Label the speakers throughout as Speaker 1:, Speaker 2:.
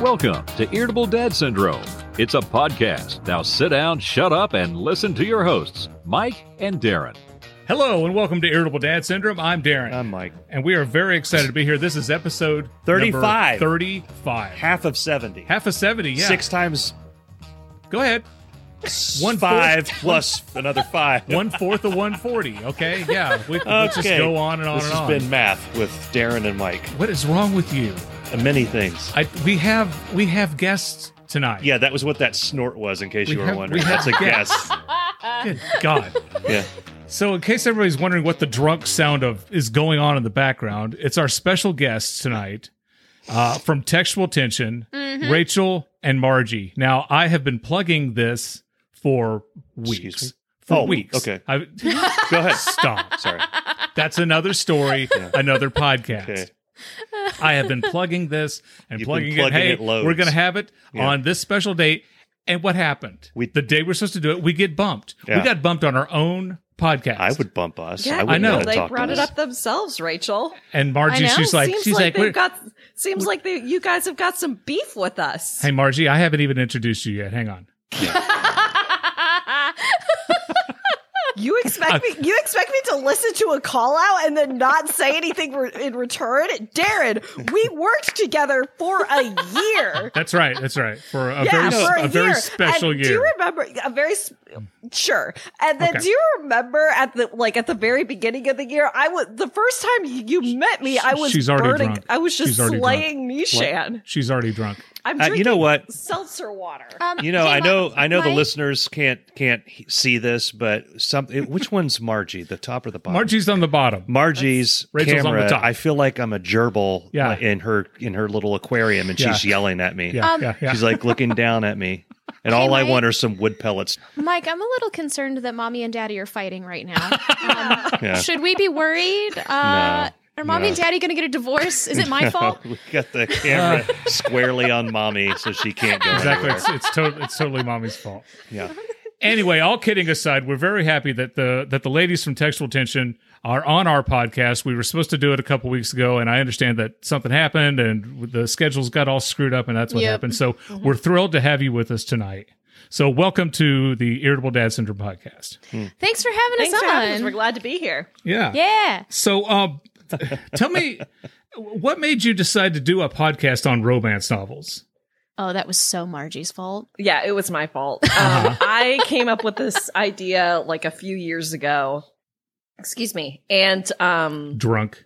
Speaker 1: Welcome to Irritable Dad Syndrome. It's a podcast. Now sit down, shut up, and listen to your hosts, Mike and Darren.
Speaker 2: Hello and welcome to Irritable Dad Syndrome. I'm Darren.
Speaker 3: I'm Mike.
Speaker 2: and we are very excited to be here. This is episode
Speaker 3: 35.
Speaker 2: number 35. Half,
Speaker 3: Half of 70.
Speaker 2: of 70, yeah.
Speaker 3: Six times
Speaker 2: Go ahead.
Speaker 3: one five plus another five.
Speaker 2: One fourth of 140, okay? Yeah. We, We'll just
Speaker 3: Okay.
Speaker 2: go on and on
Speaker 3: this
Speaker 2: and
Speaker 3: has
Speaker 2: on.
Speaker 3: been math with Darren and Mike.
Speaker 2: what is wrong with you?
Speaker 3: And many things.
Speaker 2: I, we have we have guests tonight.
Speaker 3: Yeah, that was what that snort was, in case
Speaker 2: We
Speaker 3: you were
Speaker 2: have-
Speaker 3: wondering.
Speaker 2: we have
Speaker 3: That's a guess.
Speaker 2: Good God.
Speaker 3: yeah.
Speaker 2: So, in case everybody's wondering what the drunk sound of is going on in the background, it's our special guests tonight uh, from Textual Tension, Rachel and Margie. Now, I have been plugging this for
Speaker 3: Excuse
Speaker 2: weeks.
Speaker 3: me?
Speaker 2: For
Speaker 3: Oh,
Speaker 2: weeks.
Speaker 3: okay.
Speaker 2: I,
Speaker 3: Go ahead.
Speaker 2: stop.
Speaker 3: Sorry.
Speaker 2: That's another story, another podcast.
Speaker 3: Okay.
Speaker 2: I have been plugging this and
Speaker 3: You've been
Speaker 2: plugging,
Speaker 3: plugging
Speaker 2: it. Hey,
Speaker 3: it loads.
Speaker 2: we're going to have it
Speaker 3: Yeah.
Speaker 2: on this special date. And what happened?
Speaker 3: We-
Speaker 2: the day we're supposed to do it, we get bumped. We
Speaker 3: Yeah.
Speaker 2: got bumped on our own podcast.
Speaker 3: I would bump us.
Speaker 4: Yeah,
Speaker 3: I, wouldn't
Speaker 2: I know.
Speaker 3: let it
Speaker 4: They
Speaker 3: talk
Speaker 4: brought
Speaker 3: to
Speaker 4: it
Speaker 3: us.
Speaker 4: up themselves, Rachel.
Speaker 2: And Margie, she's like,
Speaker 4: seems
Speaker 2: she's like,
Speaker 4: they've
Speaker 2: "We're-
Speaker 4: got. Seems like they, you guys have got some beef with us.
Speaker 2: hey, Margie, I haven't even introduced you yet. Hang on.
Speaker 4: You expect me? You expect me to listen to a call out and then not say anything re- in return, Darren? We worked together for a year.
Speaker 2: That's right. That's right. For a
Speaker 4: Yeah,
Speaker 2: very,
Speaker 4: for a,
Speaker 2: a,
Speaker 4: year.
Speaker 2: very special
Speaker 4: and
Speaker 2: year.
Speaker 4: Do you remember a very s- sure? And then
Speaker 2: Okay.
Speaker 4: do you remember at the like at the very beginning of the year? I was the first time you you met me. I was
Speaker 2: She's already
Speaker 4: burning.
Speaker 2: drunk.
Speaker 4: I was just
Speaker 2: She's already drunk.
Speaker 4: slaying Nishan.
Speaker 2: she's already drunk.
Speaker 4: I'm
Speaker 3: Uh,
Speaker 4: drinking
Speaker 3: you know what?
Speaker 4: seltzer water.
Speaker 5: Um,
Speaker 3: You know,
Speaker 5: hey,
Speaker 3: I
Speaker 5: Mi-
Speaker 3: know, I know the
Speaker 5: Mike,
Speaker 3: listeners can't can't he- see this, but some. it- Which one's Margie? The top or the bottom?
Speaker 2: Margie's on the bottom.
Speaker 3: Margie's
Speaker 2: Rachel's on the
Speaker 3: camera.
Speaker 2: top.
Speaker 3: I feel like I'm a gerbil.
Speaker 2: Yeah.
Speaker 3: uh, In her in her little aquarium, and
Speaker 2: Yeah.
Speaker 3: she's yelling at me.
Speaker 2: Yeah,
Speaker 5: Um,
Speaker 2: yeah, yeah.
Speaker 3: She's like looking down at me. And all I
Speaker 5: Mike.
Speaker 3: want are some wood pellets.
Speaker 5: Mike, I'm a little concerned that mommy and daddy are fighting right now. Um,
Speaker 3: Yeah.
Speaker 5: Should we be worried? Uh, are mommy
Speaker 3: no.
Speaker 5: and daddy going to get a divorce? Is it my fault?
Speaker 3: we got the camera squarely on mommy, so she can't go
Speaker 2: Uh. exactly.
Speaker 3: anywhere.
Speaker 2: It's it's, to- it's totally mommy's fault.
Speaker 3: Yeah.
Speaker 2: Anyway, all kidding aside, we're very happy that the that the ladies from Textual Tension are on our podcast. We were supposed to do it a couple weeks ago, and I understand that something happened and the schedules got all screwed up, and that's what
Speaker 5: Yep.
Speaker 2: happened. So
Speaker 4: Mm-hmm.
Speaker 2: we're thrilled to have you with us tonight. So welcome to the Irritable Dad Syndrome podcast.
Speaker 5: Thanks for having
Speaker 4: Thanks
Speaker 5: us
Speaker 4: for
Speaker 5: on.
Speaker 4: having us. We're glad to be here.
Speaker 2: Yeah.
Speaker 5: yeah.
Speaker 2: So, um, tell me, what made you decide to do a podcast on romance novels?
Speaker 5: Oh, that was so Margie's fault.
Speaker 4: Yeah, it was my fault.
Speaker 3: Uh-huh.
Speaker 4: Um, I came up with this idea like a few years ago. Excuse me. And um
Speaker 2: Drunk.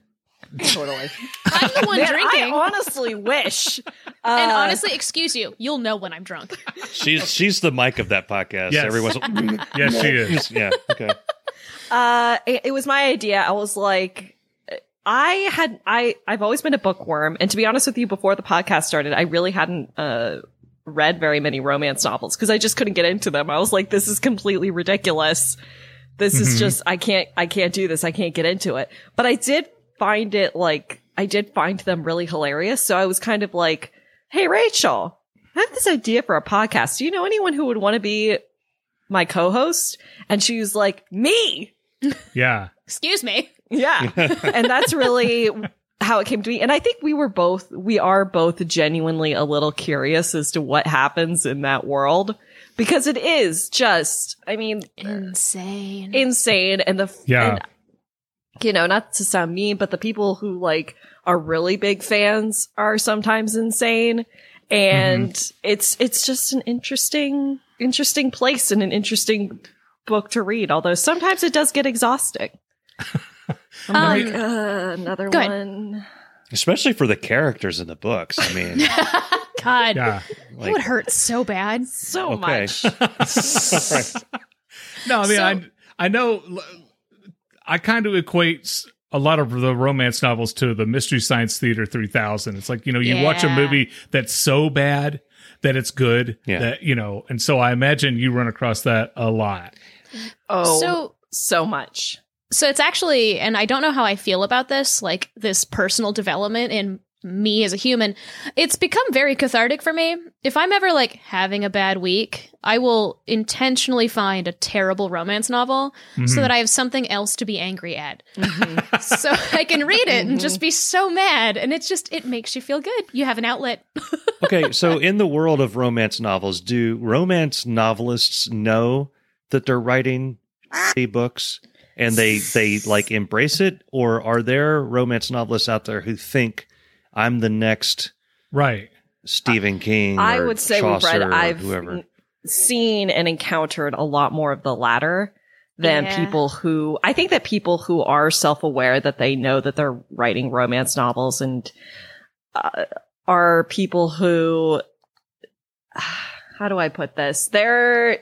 Speaker 4: totally.
Speaker 5: I'm the one
Speaker 4: Man, I
Speaker 5: drinking.
Speaker 4: honestly wish. Uh,
Speaker 5: and honestly, excuse you. You'll know when I'm drunk.
Speaker 3: She's she's the mic of that podcast.
Speaker 2: Yes.
Speaker 3: Everyone's like,
Speaker 2: Yes, she is.
Speaker 3: yeah. Okay.
Speaker 4: uh it, it was my idea. I was like I had I I've always been a bookworm and to be honest with you before the podcast started, I really hadn't uh read very many romance novels because I just couldn't get into them. I was like this is completely ridiculous. This is just I can't I can't do this. I can't get into it. But I did find it like I did find them really hilarious. So I was kind of like, "Hey Rachel, I have this idea for a podcast. Do you know anyone who would want to be my co-host?" And she was like, "Me."
Speaker 2: Yeah.
Speaker 5: Excuse me.
Speaker 4: Yeah. and that's really how it came to me. And I think we were both, we are both genuinely a little curious as to what happens in that world because it is just, I mean,
Speaker 5: Insane.
Speaker 4: insane. And the,
Speaker 2: Yeah.
Speaker 4: and, you know, not to sound mean, but the people who like are really big fans are sometimes insane. And it's, it's just an interesting, interesting place and an interesting book to read. Although sometimes it does get exhausting.
Speaker 2: Let
Speaker 5: um,
Speaker 2: me-
Speaker 4: Uh, another
Speaker 5: Go ahead.
Speaker 4: one.
Speaker 3: Especially for the characters in the books. I mean,
Speaker 5: God,
Speaker 2: yeah.
Speaker 5: it would hurt so bad.
Speaker 4: So
Speaker 3: okay.
Speaker 4: much.
Speaker 2: No, I mean,
Speaker 5: So-
Speaker 2: I, I know I kind of equate s- a lot of the romance novels to the Mystery Science Theater 3000. It's like, you know, you watch a
Speaker 5: Yeah.
Speaker 2: movie that's so bad that it's good,
Speaker 3: Yeah.
Speaker 2: that, you know, and so I imagine you run across that a lot.
Speaker 4: Oh, so,
Speaker 5: So
Speaker 4: much.
Speaker 5: So it's actually, and I don't know how I feel about this, like this personal development in me as a human, it's become very cathartic for me. If I'm ever like having a bad week, I will intentionally find a terrible romance novel
Speaker 2: Mm-hmm.
Speaker 3: Mm-hmm.
Speaker 5: so that I have something else to be angry at. so I can read it
Speaker 3: Mm-hmm.
Speaker 5: and just be so mad. And it's just, it makes you feel good. You have an outlet.
Speaker 3: Okay, so in the world of romance novels, do romance novelists know that they're writing shitty books and they they like embrace it or are there romance novelists out there who think I'm the next
Speaker 2: Right.
Speaker 3: Stephen King
Speaker 4: I
Speaker 3: or
Speaker 4: would say we've
Speaker 3: Chaucer
Speaker 4: read.
Speaker 3: or
Speaker 4: I've
Speaker 3: whoever.
Speaker 4: seen and encountered a lot more of the latter than
Speaker 5: Yeah.
Speaker 4: people who I think that people who are self-aware that they know that they're writing romance novels and uh, are people who how do I put this? They're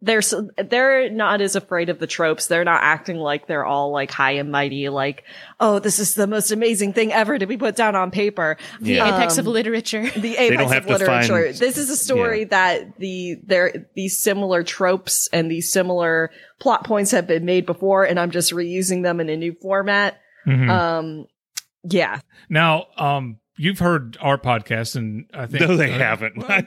Speaker 4: they're s- they're not as afraid of the tropes. They're not acting like they're all like high and mighty like, "Oh, this is the most amazing thing ever to be put down on paper."
Speaker 5: The
Speaker 3: Yeah.
Speaker 5: apex of
Speaker 4: Um,
Speaker 5: literature.
Speaker 4: the
Speaker 3: don't
Speaker 4: apex
Speaker 3: have
Speaker 4: of
Speaker 3: to find-
Speaker 4: literature. this is a story
Speaker 3: Yeah.
Speaker 4: that the there these similar tropes and these similar plot points have been made before, and I'm just reusing them in a new format.
Speaker 2: Mhm.
Speaker 4: Um, yeah,
Speaker 2: now, um, you've heard our podcast, and I think
Speaker 3: No, they
Speaker 2: uh,
Speaker 3: haven't.
Speaker 2: well,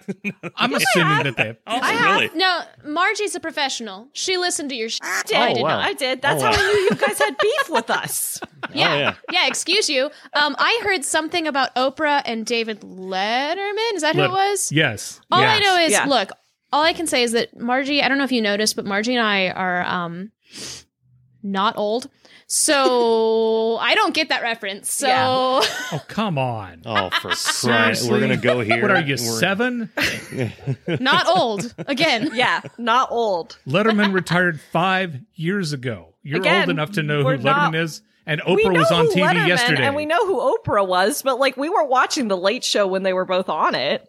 Speaker 2: I'm assuming that they have.
Speaker 5: I
Speaker 3: Oh,
Speaker 5: have
Speaker 3: really?
Speaker 5: no. Margie's a professional. She listened to your. Sh- I
Speaker 3: Oh,
Speaker 5: did
Speaker 3: wow.
Speaker 5: not.
Speaker 4: I did. That's
Speaker 3: Oh,
Speaker 4: how
Speaker 3: wow.
Speaker 4: I knew you guys had beef with us.
Speaker 2: Oh,
Speaker 5: Yeah.
Speaker 3: yeah.
Speaker 5: yeah. Excuse you. Um, I heard something about Oprah and David Letterman. Is that who it
Speaker 2: Let-
Speaker 5: was?
Speaker 2: Yes.
Speaker 5: All I
Speaker 2: Yes.
Speaker 5: know is,
Speaker 4: Yeah.
Speaker 5: look, all I can say is that Margie, I don't know if you noticed, but Margie and I are um not old. So I don't get that reference. So
Speaker 4: Yeah.
Speaker 2: Oh, come on.
Speaker 3: Oh, for crying.
Speaker 2: Seriously?
Speaker 3: We're going to go here.
Speaker 2: What are you,
Speaker 3: We're-
Speaker 2: seven?
Speaker 5: not old. Again.
Speaker 4: Yeah, not old.
Speaker 2: Letterman retired five years ago. You're
Speaker 4: Again,
Speaker 2: old enough to know
Speaker 4: we're
Speaker 2: who Letterman
Speaker 4: not-
Speaker 2: is. And
Speaker 4: we
Speaker 2: Oprah
Speaker 4: know
Speaker 2: was on
Speaker 4: who
Speaker 2: TV
Speaker 4: Letterman
Speaker 2: yesterday.
Speaker 4: and we know who Oprah was, but like we were watching the Late Show when they were both on it.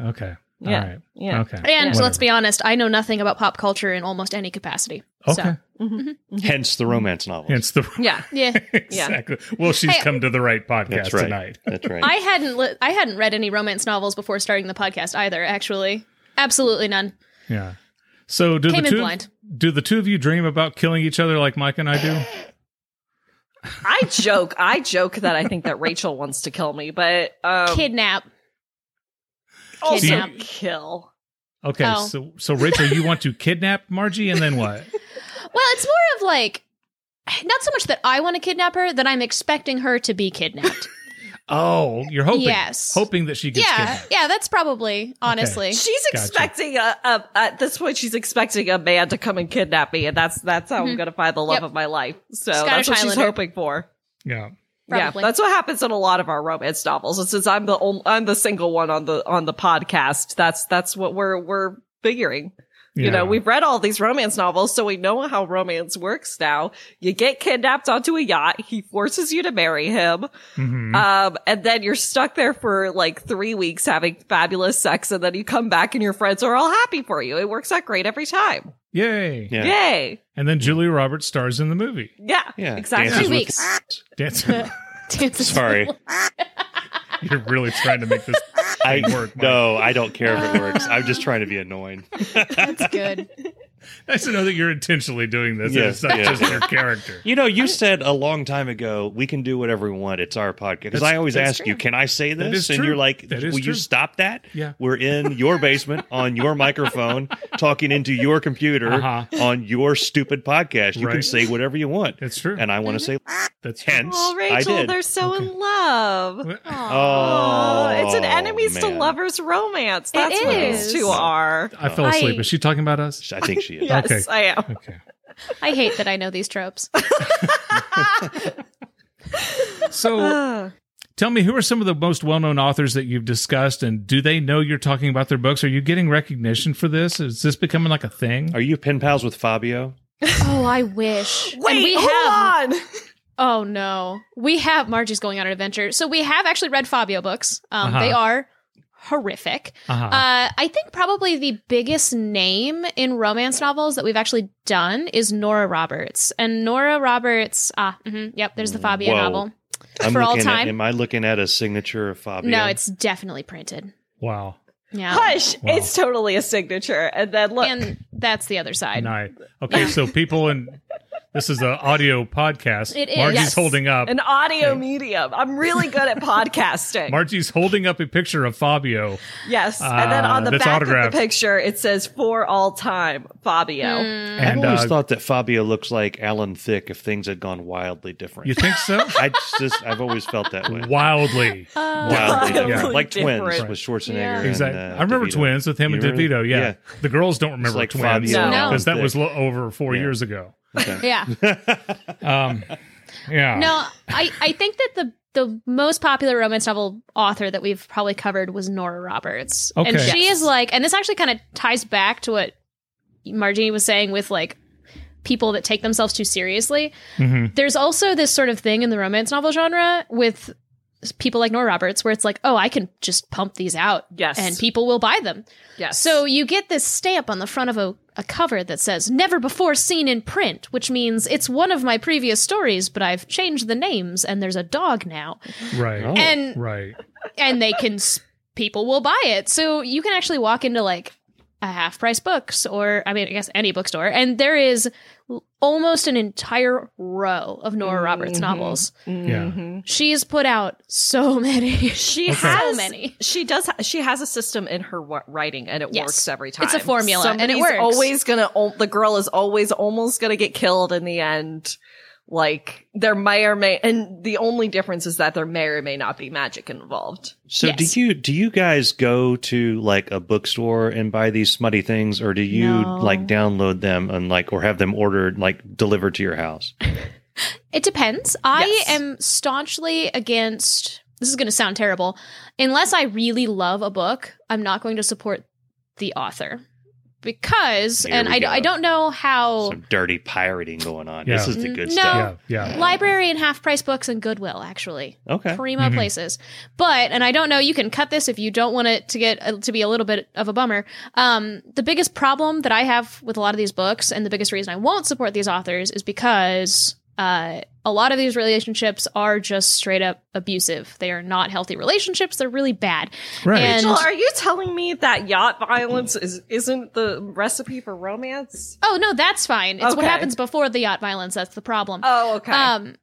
Speaker 2: okay.
Speaker 4: Yeah.
Speaker 2: All right.
Speaker 4: Yeah.
Speaker 2: Okay.
Speaker 5: And
Speaker 2: Whatever.
Speaker 5: let's be honest, I know nothing about pop culture in almost any capacity.
Speaker 2: Okay.
Speaker 5: So
Speaker 3: Hence the romance novels.
Speaker 2: It's the
Speaker 4: Yeah.
Speaker 5: yeah.
Speaker 2: exactly. Well, she's
Speaker 5: Hey-
Speaker 2: come to the right podcast
Speaker 3: That's right.
Speaker 2: tonight.
Speaker 3: That's right.
Speaker 5: I hadn't li- I hadn't read any romance novels before starting the podcast either, actually. Absolutely none.
Speaker 2: Yeah. So do
Speaker 5: Came
Speaker 2: the
Speaker 5: in
Speaker 2: two
Speaker 5: blind.
Speaker 2: do the two of you dream about killing each other like Mike and I do?
Speaker 4: I joke. I joke that I think that Rachel wants to kill me, but um,
Speaker 5: Kidnap.
Speaker 4: also
Speaker 5: Kidnap.
Speaker 4: kill.
Speaker 2: Okay.
Speaker 5: Oh.
Speaker 2: So so Rachel, you want to kidnap Margie and then what?
Speaker 5: Well, it's more of like not so much that I want to kidnap her, that I'm expecting her to be kidnapped.
Speaker 2: Oh, you're hoping
Speaker 5: Yes.
Speaker 2: hoping that she gets
Speaker 5: yeah,
Speaker 2: kidnapped.
Speaker 5: yeah, that's probably honestly.
Speaker 4: She's
Speaker 2: Gotcha.
Speaker 4: expecting a, a at this point she's expecting a man to come and kidnap me, and that's that's how I'm gonna find the love
Speaker 5: Mm-hmm. Yep.
Speaker 4: of my life. So
Speaker 5: Scottish
Speaker 4: that's what she's
Speaker 5: Highlander.
Speaker 4: hoping for.
Speaker 2: Yeah.
Speaker 5: Probably.
Speaker 4: Yeah, that's what happens in a lot of our romance novels. And since I'm the on- I'm the single one on the on the podcast, that's that's what we're we're figuring. You
Speaker 2: Yeah.
Speaker 4: know, we've read all these romance novels, so we know how romance works now. You get kidnapped onto a yacht. He forces you to marry him.
Speaker 3: Mm-hmm.
Speaker 2: Mhm.
Speaker 3: uh,
Speaker 4: Um, and then you're stuck there for like three weeks having fabulous sex, and then you come back and your friends are all happy for you. It works out great every time.
Speaker 2: Yay.
Speaker 3: yeah.
Speaker 4: Yay!
Speaker 2: And then Julia Roberts stars in the movie.
Speaker 4: Yeah,
Speaker 3: Yeah.
Speaker 4: exactly.
Speaker 3: Dances
Speaker 5: Two
Speaker 3: with-
Speaker 5: weeks.
Speaker 2: Dance.
Speaker 5: Dances
Speaker 3: Sorry.
Speaker 2: You're really trying to make this
Speaker 3: I
Speaker 2: work, Mike.
Speaker 3: no, I don't care if it works. I'm just trying to be annoying.
Speaker 5: That's good.
Speaker 2: nice to know that you're intentionally doing this. and
Speaker 3: Yeah,
Speaker 2: it's not
Speaker 3: yeah,
Speaker 2: just
Speaker 3: yeah.
Speaker 2: your character.
Speaker 3: You know, you said a long time ago we can do whatever we want. It's our podcast. Because
Speaker 2: That's-
Speaker 3: I always
Speaker 2: that's
Speaker 3: ask you, can I say
Speaker 2: That
Speaker 3: this?
Speaker 2: is
Speaker 3: and
Speaker 2: true.
Speaker 3: you're like,
Speaker 2: That is
Speaker 3: will
Speaker 2: true.
Speaker 3: you stop that?
Speaker 2: Yeah.
Speaker 3: We're in your basement on your microphone, talking into your computer
Speaker 2: Uh-huh.
Speaker 3: on your stupid podcast. You can
Speaker 2: Right.
Speaker 3: say whatever you want.
Speaker 2: That's true. Mm-hmm.
Speaker 3: And I want to say
Speaker 2: That's true.
Speaker 3: hence.
Speaker 4: Oh,
Speaker 3: I
Speaker 4: Rachel,
Speaker 3: did.
Speaker 4: they're so
Speaker 2: Okay.
Speaker 4: in love.
Speaker 3: Oh,
Speaker 4: Oh, it's an enemies to
Speaker 3: man.
Speaker 4: lovers romance.
Speaker 5: It
Speaker 4: That's what
Speaker 5: is.
Speaker 4: these two are.
Speaker 2: I fell asleep.
Speaker 5: I-
Speaker 2: Is she talking about us?
Speaker 3: I think she is.
Speaker 4: Yes,
Speaker 2: Okay.
Speaker 4: I am.
Speaker 2: Okay.
Speaker 5: I hate that I know these tropes.
Speaker 2: So
Speaker 4: Ah.
Speaker 2: tell me, who are some of the most well known authors that you've discussed? And do they know you're talking about their books? Are you getting recognition for this? Is this becoming like a thing?
Speaker 3: Are you pen pals with Fabio?
Speaker 5: Oh, I wish. And
Speaker 4: Wait,
Speaker 5: we
Speaker 4: hold
Speaker 5: have.
Speaker 4: on.
Speaker 5: Oh no, we have. Margie's going on an adventure, so we have actually read Fabio books. Um,
Speaker 2: Uh-huh.
Speaker 5: They are horrific.
Speaker 2: Uh-huh.
Speaker 5: Uh, I think probably the biggest name in romance novels that we've actually done is Nora Roberts, and Nora Roberts. Ah, mhm, yep. There's the Fabio
Speaker 3: Whoa.
Speaker 5: novel.
Speaker 3: I'm
Speaker 5: For all
Speaker 3: looking
Speaker 5: time?
Speaker 3: At, am I looking at a signature of Fabio?
Speaker 5: No, it's definitely printed.
Speaker 2: wow.
Speaker 5: Yeah.
Speaker 4: Hush!
Speaker 2: Wow.
Speaker 4: It's totally a signature. And then look,
Speaker 5: and that's the other side.
Speaker 2: Night. Okay. So people in This is an audio podcast.
Speaker 5: It is.
Speaker 2: Margie's
Speaker 5: Yes.
Speaker 2: holding up.
Speaker 4: An audio medium. I'm really good at podcasting.
Speaker 2: Margie's holding up a picture of Fabio.
Speaker 5: Mm-hmm.
Speaker 4: yes. and then
Speaker 2: Ah,
Speaker 3: Uh,
Speaker 4: on the
Speaker 2: that's
Speaker 4: back of
Speaker 2: autographed.
Speaker 4: the picture, it says for all time, Fabio.
Speaker 2: And
Speaker 3: I've always
Speaker 2: uh,
Speaker 3: thought that Fabio looks like Alan Thicke if things had gone wildly different.
Speaker 2: you think so?
Speaker 3: I just I've always felt that way.
Speaker 2: Wildly.
Speaker 3: Wildly
Speaker 4: Wildly
Speaker 3: different. like
Speaker 4: different.
Speaker 3: twins
Speaker 2: Right.
Speaker 3: with Schwarzenegger.
Speaker 5: Yeah.
Speaker 3: and,
Speaker 2: Exactly.
Speaker 3: uh,
Speaker 2: I remember
Speaker 3: DeVito.
Speaker 2: twins with him
Speaker 3: You
Speaker 2: and
Speaker 3: remember?
Speaker 2: DeVito. Yeah.
Speaker 3: Yeah.
Speaker 2: The girls don't remember
Speaker 3: like
Speaker 2: twins
Speaker 5: Fabio No.
Speaker 2: because that
Speaker 3: and
Speaker 2: was
Speaker 3: Dick.
Speaker 2: lo- over four
Speaker 3: Yeah.
Speaker 2: years ago.
Speaker 5: Yeah.
Speaker 2: Um, yeah.
Speaker 5: No, I, I think that the the most popular romance novel author that we've probably covered was Nora Roberts. And
Speaker 2: Okay.
Speaker 5: she
Speaker 4: Yes.
Speaker 5: is like and this actually kind of ties back to what Margie was saying with like people that take themselves too seriously.
Speaker 2: Mhm.
Speaker 5: There's also this sort of thing in the romance novel genre with people like Nora Roberts where it's like, "Oh, I can just pump these out
Speaker 4: Yes.
Speaker 5: and people will buy them."
Speaker 4: yes.
Speaker 5: So you get this stamp on the front of a, a cover that says "Never before seen in print," which means it's one of my previous stories, but I've changed the names and there's a dog now,
Speaker 2: Right.
Speaker 3: Oh.
Speaker 5: and
Speaker 2: Right.
Speaker 5: and they can s- people will buy it. So you can actually walk into like a half price books or I mean I guess any bookstore, and there is l- almost an entire row of Nora Roberts
Speaker 4: Mhm.
Speaker 5: novels. Mm-hmm.
Speaker 4: Mhm.
Speaker 5: She's put out so many.
Speaker 4: She
Speaker 2: Okay.
Speaker 4: has
Speaker 5: So many.
Speaker 4: She does. ha- She has a system in her wa- writing, and it
Speaker 5: Yes.
Speaker 4: works every time.
Speaker 5: It's a formula, and it
Speaker 4: Somebody's
Speaker 5: works.
Speaker 4: Always gonna. al- The girl is always almost gonna get killed in the end. Like there may or may, and the only difference is that there may or may not be magic involved.
Speaker 3: So
Speaker 5: Yes.
Speaker 3: do you do you guys go to like a bookstore and buy these smutty things, or do you
Speaker 5: No.
Speaker 3: like download them and like or have them ordered like delivered to your house?
Speaker 5: It depends. I
Speaker 4: Yes.
Speaker 5: am staunchly against. This is going to sound terrible. Unless I really love a book, I'm not going to support the author because,
Speaker 3: Here
Speaker 5: and
Speaker 3: we
Speaker 5: I, d-
Speaker 3: go.
Speaker 5: I don't know how
Speaker 3: Some dirty pirating going on.
Speaker 2: Yeah.
Speaker 3: This is the good
Speaker 5: No.
Speaker 3: stuff.
Speaker 2: Yeah. Yeah.
Speaker 5: library and half price books and Goodwill actually
Speaker 3: Okay.
Speaker 5: primo
Speaker 2: Mhm.
Speaker 5: places. But and I don't know, you can cut this if you don't want it to get uh, to be a little bit of a bummer. Um, the biggest problem that I have with a lot of these books, and the biggest reason I won't support these authors, is because uh, a lot of these relationships are just straight up abusive. They are not healthy relationships. They're really bad.
Speaker 2: Right.
Speaker 5: And-
Speaker 4: Rachel, are you telling me that yacht violence is isn't the recipe for romance?
Speaker 5: Oh no, that's fine. It's what
Speaker 4: Okay.
Speaker 5: happens before the yacht violence. That's the problem.
Speaker 4: Oh, okay.
Speaker 5: Um,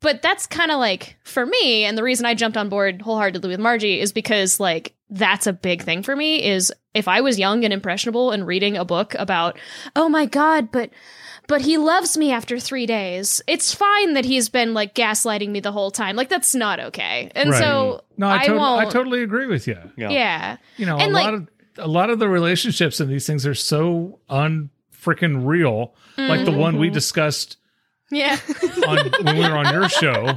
Speaker 5: but that's kind of like for me, and the reason I jumped on board wholeheartedly with Margie is because like that's a big thing for me. Is if I was young and impressionable and reading a book about, oh my god, but but he loves me after three days. It's fine that he's been like gaslighting me the whole time. Like that's not okay. And
Speaker 2: Right.
Speaker 5: so
Speaker 2: No, I,
Speaker 5: I
Speaker 2: tot- I
Speaker 5: won't.
Speaker 2: totally agree with you.
Speaker 3: Yeah.
Speaker 5: yeah,
Speaker 2: You know,
Speaker 5: And,
Speaker 2: a
Speaker 5: like-
Speaker 2: lot of a lot of the relationships in these things are so unfreaking real. Like the one
Speaker 5: Mm-hmm.
Speaker 2: we discussed
Speaker 5: yeah.
Speaker 2: on when we were on your show.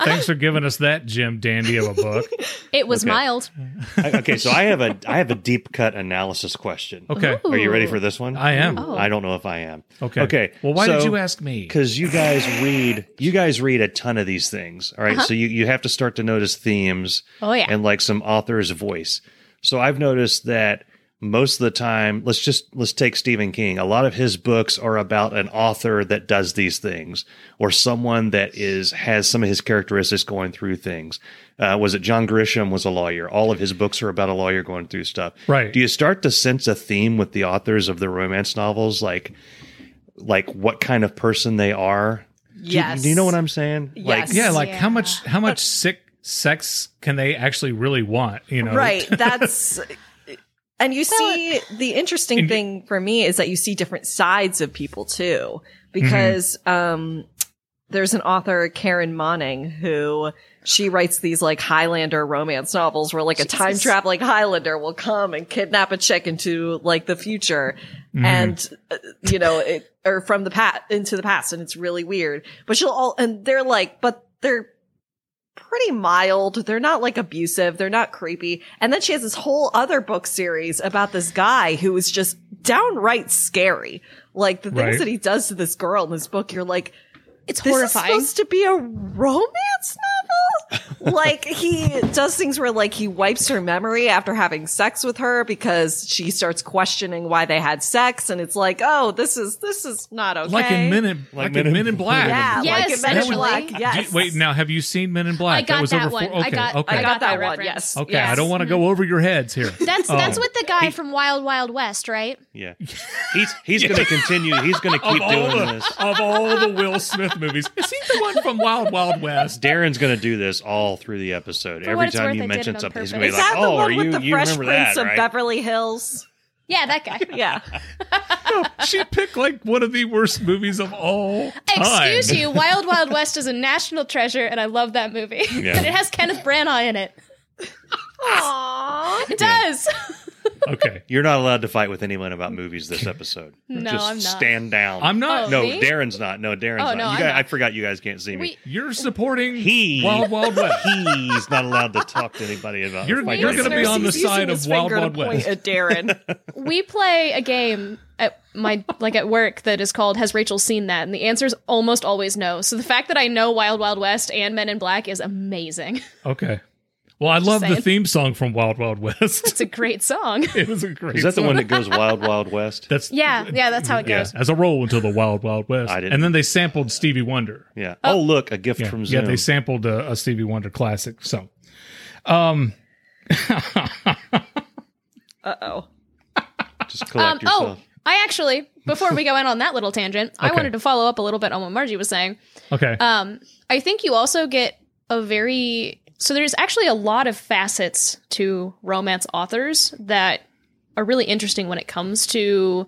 Speaker 2: Thanks for giving us that Jim Dandy of a book.
Speaker 5: It was
Speaker 3: Okay.
Speaker 5: mild.
Speaker 3: I- okay, so I have a I have a deep cut analysis question.
Speaker 2: Okay.
Speaker 5: Ooh.
Speaker 3: Are you ready for this one?
Speaker 2: I am.
Speaker 5: Oh.
Speaker 3: I don't know if I am.
Speaker 2: Okay.
Speaker 3: Okay.
Speaker 2: Well, why did
Speaker 3: so-
Speaker 2: you ask me?
Speaker 3: because you guys read you guys read a ton of these things all right? so you, you have to start to notice themes
Speaker 5: Uh-huh. Oh yeah.
Speaker 3: and like some author's voice so i've noticed that most of the time let's just let's take stephen king a lot of his books are about an author that does these things or someone that is has some of his characteristics going through things uh, was it john grisham was a lawyer all of his books are about a lawyer going through stuff
Speaker 2: Right.
Speaker 3: do you start to sense a theme with the authors of the romance novels like like what kind of person they are. Do you-
Speaker 4: yes.
Speaker 3: Do, you know what I'm saying?
Speaker 4: Yes.
Speaker 2: yeah, like how
Speaker 5: Yeah.
Speaker 2: much how much sick sex can they actually really want? You know,
Speaker 4: Right. That's. And you
Speaker 5: Well,
Speaker 4: see, the interesting
Speaker 2: And-
Speaker 4: thing for me is that you see different sides of people too, because
Speaker 2: Mm-hmm.
Speaker 4: um, there's an author, Karen Monning, who she writes these like Highlander romance novels where like a time traveling Highlander will come and kidnap a chick into like the future
Speaker 2: Mm-hmm.
Speaker 4: and, uh, you know, it, or from the past into the past. And it's really weird, but she'll all, and they're like, but they're pretty mild. They're not like abusive. They're not creepy. And then she has this whole other book series about this guy who is just downright scary. Like the things
Speaker 2: Right.
Speaker 4: that he does to this girl in this book, you're like,
Speaker 5: It's
Speaker 4: this
Speaker 5: horrifying.
Speaker 4: is supposed to be a romance novel? like he does things where like he wipes her memory after having sex with her because she starts questioning why they had sex and it's like oh this is this is not okay
Speaker 2: Like in Men in, like in Men in Black.
Speaker 4: yeah
Speaker 5: Yes,
Speaker 4: like in Men in
Speaker 5: actually.
Speaker 4: Black
Speaker 5: Do-
Speaker 4: yes
Speaker 2: Do- wait, now have you seen Men in Black?
Speaker 5: I got
Speaker 2: was
Speaker 5: that
Speaker 2: over
Speaker 5: one.
Speaker 2: Four, okay,
Speaker 5: I got.
Speaker 2: okay,
Speaker 5: I got that,
Speaker 4: one,
Speaker 5: reference.
Speaker 4: yes.
Speaker 2: okay. I don't want to go over your heads here.
Speaker 5: That's
Speaker 2: Oh.
Speaker 5: that's with the guy from Wild Wild West, right?
Speaker 3: Yeah, he's he's going to continue. He's going to
Speaker 2: of
Speaker 3: keep
Speaker 2: all
Speaker 3: doing
Speaker 2: the
Speaker 3: this.
Speaker 2: of all the Will Smith movies, is he the one from Wild Wild West?
Speaker 3: Darren's going to do this all through the episode.
Speaker 5: For what
Speaker 3: Every
Speaker 5: it's
Speaker 3: time
Speaker 5: worth,
Speaker 3: you
Speaker 5: I did
Speaker 3: mention
Speaker 5: it on
Speaker 3: something, he's
Speaker 5: purpose.
Speaker 3: going to
Speaker 4: is
Speaker 3: be like,
Speaker 4: that the
Speaker 3: "Oh, are
Speaker 4: one with
Speaker 3: you
Speaker 4: the
Speaker 3: you
Speaker 4: Fresh
Speaker 3: remember
Speaker 4: Prince
Speaker 3: that,
Speaker 4: of
Speaker 3: right?"
Speaker 4: Beverly Hills?
Speaker 5: Yeah, that guy.
Speaker 4: Yeah,
Speaker 2: She picked like one of the worst movies of all time.
Speaker 5: Excuse you, Wild Wild West is a national treasure, and I love that movie.
Speaker 3: Yeah.
Speaker 5: and it has Kenneth Branagh in it.
Speaker 4: Aww.
Speaker 5: It does.
Speaker 2: Okay,
Speaker 3: You're not allowed to fight with anyone about movies this episode.
Speaker 5: No,
Speaker 3: Just
Speaker 5: I'm not.
Speaker 3: stand down.
Speaker 2: I'm not.
Speaker 5: Oh.
Speaker 3: No,
Speaker 5: Me?
Speaker 3: Darren's not. No, Darren's
Speaker 5: Oh,
Speaker 3: not.
Speaker 5: no,
Speaker 3: you
Speaker 5: I'm
Speaker 3: guys,
Speaker 5: not.
Speaker 3: I forgot you guys can't see me.
Speaker 5: We
Speaker 2: You're supporting
Speaker 3: He-
Speaker 2: Wild Wild West.
Speaker 3: He's not allowed to talk to anybody about.
Speaker 2: You're-
Speaker 3: fight
Speaker 2: you're
Speaker 3: with
Speaker 2: gonna be
Speaker 3: anybody.
Speaker 2: on the
Speaker 4: He's using
Speaker 2: side
Speaker 4: his
Speaker 2: of Wild
Speaker 4: finger to
Speaker 2: Wild
Speaker 4: point
Speaker 2: West.
Speaker 4: At Darren.
Speaker 5: we play a game at my like at work that is called Has Rachel seen that? And the answer is almost always no. So the fact that I know Wild Wild West and Men in Black is amazing.
Speaker 2: Okay. Well, I love the
Speaker 5: saying.
Speaker 2: theme song from Wild Wild West.
Speaker 5: It's a great song.
Speaker 2: it was a great.
Speaker 3: Is that the
Speaker 2: song.
Speaker 3: one that goes Wild Wild West?
Speaker 2: That's
Speaker 5: Yeah, yeah, that's how it
Speaker 2: yeah.
Speaker 5: goes.
Speaker 2: As a roll into the Wild Wild West,
Speaker 3: I didn't-
Speaker 2: and then they sampled Stevie Wonder.
Speaker 3: Yeah. Oh, look, a gift
Speaker 2: Yeah,
Speaker 3: from
Speaker 2: yeah
Speaker 3: Zoom.
Speaker 2: they sampled a, a Stevie Wonder classic. So, um,
Speaker 4: Uh oh.
Speaker 3: Just collect
Speaker 5: oh,
Speaker 3: yourself.
Speaker 5: I actually before we go in on that little tangent, I
Speaker 2: Okay.
Speaker 5: wanted to follow up a little bit on what Margie was saying.
Speaker 2: okay,
Speaker 5: Um, I think you also get a very so there's actually a lot of facets to romance authors that are really interesting when it comes to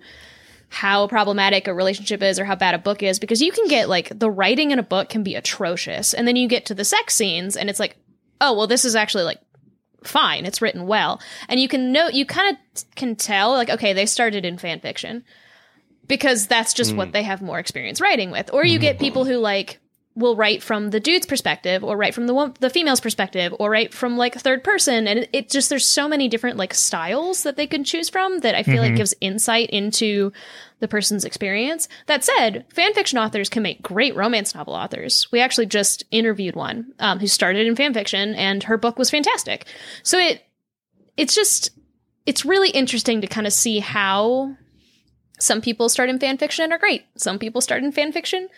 Speaker 5: how problematic a relationship is or how bad a book is because you can get like the writing in a book can be atrocious and then you get to the sex scenes and it's like oh well this is actually like fine it's written well and you can know you kind of can tell like okay they started in fan fiction because that's just what they have more experience writing with or you get people who like will write from the dude's perspective or write from the wo- the female's perspective or write from like third person and it, it just there's so many different like styles that they can choose from that I feel like gives insight into the person's experience. That said, fan fiction authors can make great romance novel authors. We actually just interviewed one um, who started in fan fiction and her book was fantastic. So it it's just it's really interesting to kind of see how some people start in fan fiction and are great. Some people start in fan fiction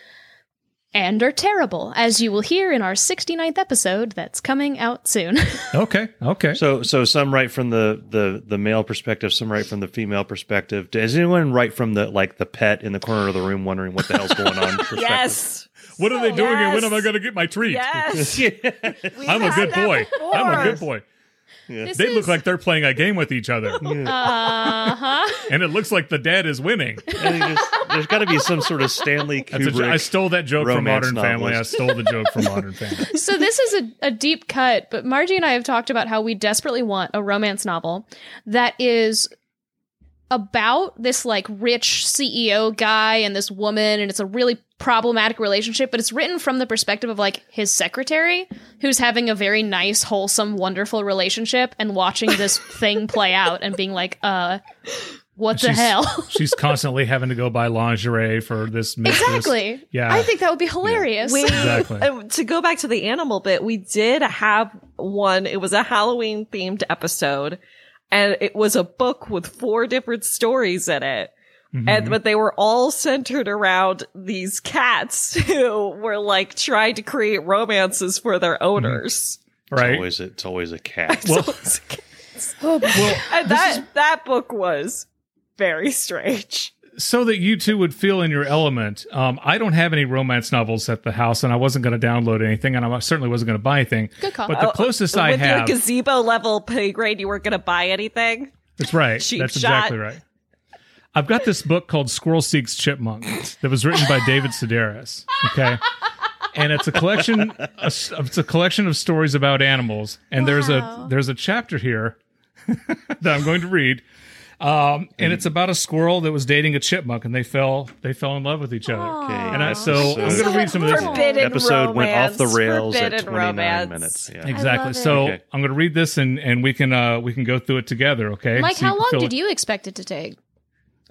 Speaker 5: and are terrible, as you will hear in our 69th episode that's coming out soon.
Speaker 2: okay, okay.
Speaker 3: So, so some write from the the the male perspective, some write from the female perspective. Does anyone write from the like the pet in the corner of the room wondering what the hell's going on? perspective?
Speaker 4: Yes.
Speaker 2: what are they doing, and when am I
Speaker 4: Yes.
Speaker 2: going to get my treat?
Speaker 4: Yes.
Speaker 3: Yeah.
Speaker 4: We've
Speaker 2: I'm a
Speaker 4: had
Speaker 2: good
Speaker 4: that
Speaker 2: boy. I'm a good
Speaker 4: before.
Speaker 2: boy.
Speaker 5: This
Speaker 2: They look
Speaker 5: is-
Speaker 2: like they're playing a game with each other,
Speaker 5: uh-huh.
Speaker 2: and it looks like the dad is winning.
Speaker 3: I think there's- there's got to be some sort of Stanley
Speaker 2: That's a jo-
Speaker 3: Kubrick.
Speaker 2: I stole that joke from
Speaker 3: romance
Speaker 2: Modern Family. I
Speaker 3: novelist.
Speaker 2: stole the joke from Modern Family.
Speaker 5: So this is a, a deep cut, but Margie and I have talked about how we desperately want a romance novel that is about this like rich CEO guy and this woman and it's a really problematic relationship, but it's written from the perspective of like his secretary who's having a very nice, wholesome, wonderful relationship and watching this thing play out and being like, uh, what the
Speaker 2: She's-
Speaker 5: hell?
Speaker 2: She's constantly having to go buy lingerie for this mistress.
Speaker 5: exactly.
Speaker 2: Yeah.
Speaker 5: I think that would be hilarious.
Speaker 4: We,
Speaker 2: Exactly.
Speaker 4: uh, to go back to the animal bit, we did have one. It was a Halloween themed episode, and it was a book with four different stories in it.
Speaker 2: Mm-hmm.
Speaker 4: And but they were all centered around these cats who were like trying to create romances for their owners.
Speaker 3: It's
Speaker 2: right.
Speaker 3: always, it's always a cat.
Speaker 2: Mm-hmm. Well,
Speaker 5: Oh,
Speaker 4: And Uh, that that book was very strange.
Speaker 2: so that you two would feel in your element, um, I don't have any romance novels at the house, and I wasn't going to download anything, and I certainly wasn't going to buy anything.
Speaker 5: Good call. Uh,
Speaker 2: But the closest I
Speaker 4: With
Speaker 2: have,
Speaker 4: your gazebo level pay grade, you weren't going to buy anything.
Speaker 2: that's right.
Speaker 4: cheap
Speaker 2: That's
Speaker 4: shot.
Speaker 2: exactly right. I've got this book called Squirrel Seeks Chipmunk that was written by David Sedaris. Okay. And it's a collection. a s- It's a collection of stories about animals, and there's a
Speaker 5: Wow.
Speaker 2: there's a chapter here that I'm going to read, um, and it's about a squirrel that was dating a chipmunk, and they fell they fell in love with each other.
Speaker 5: Aw.
Speaker 2: And I,
Speaker 3: That's
Speaker 2: so I'm going
Speaker 3: so-
Speaker 2: to read some of this.
Speaker 5: Forbidden
Speaker 4: Forbidden
Speaker 3: episode went off the
Speaker 4: romance,
Speaker 3: rails at
Speaker 4: forbidden
Speaker 3: 29
Speaker 4: romance.
Speaker 3: minutes. Yeah.
Speaker 2: Exactly.
Speaker 5: love it.
Speaker 2: So
Speaker 3: Okay.
Speaker 2: I'm going to read this and and we can uh we can go through it together. Okay.
Speaker 5: Mike,
Speaker 2: So
Speaker 5: how
Speaker 2: can
Speaker 5: long
Speaker 2: fill
Speaker 5: did
Speaker 2: it-
Speaker 5: you expect it to take?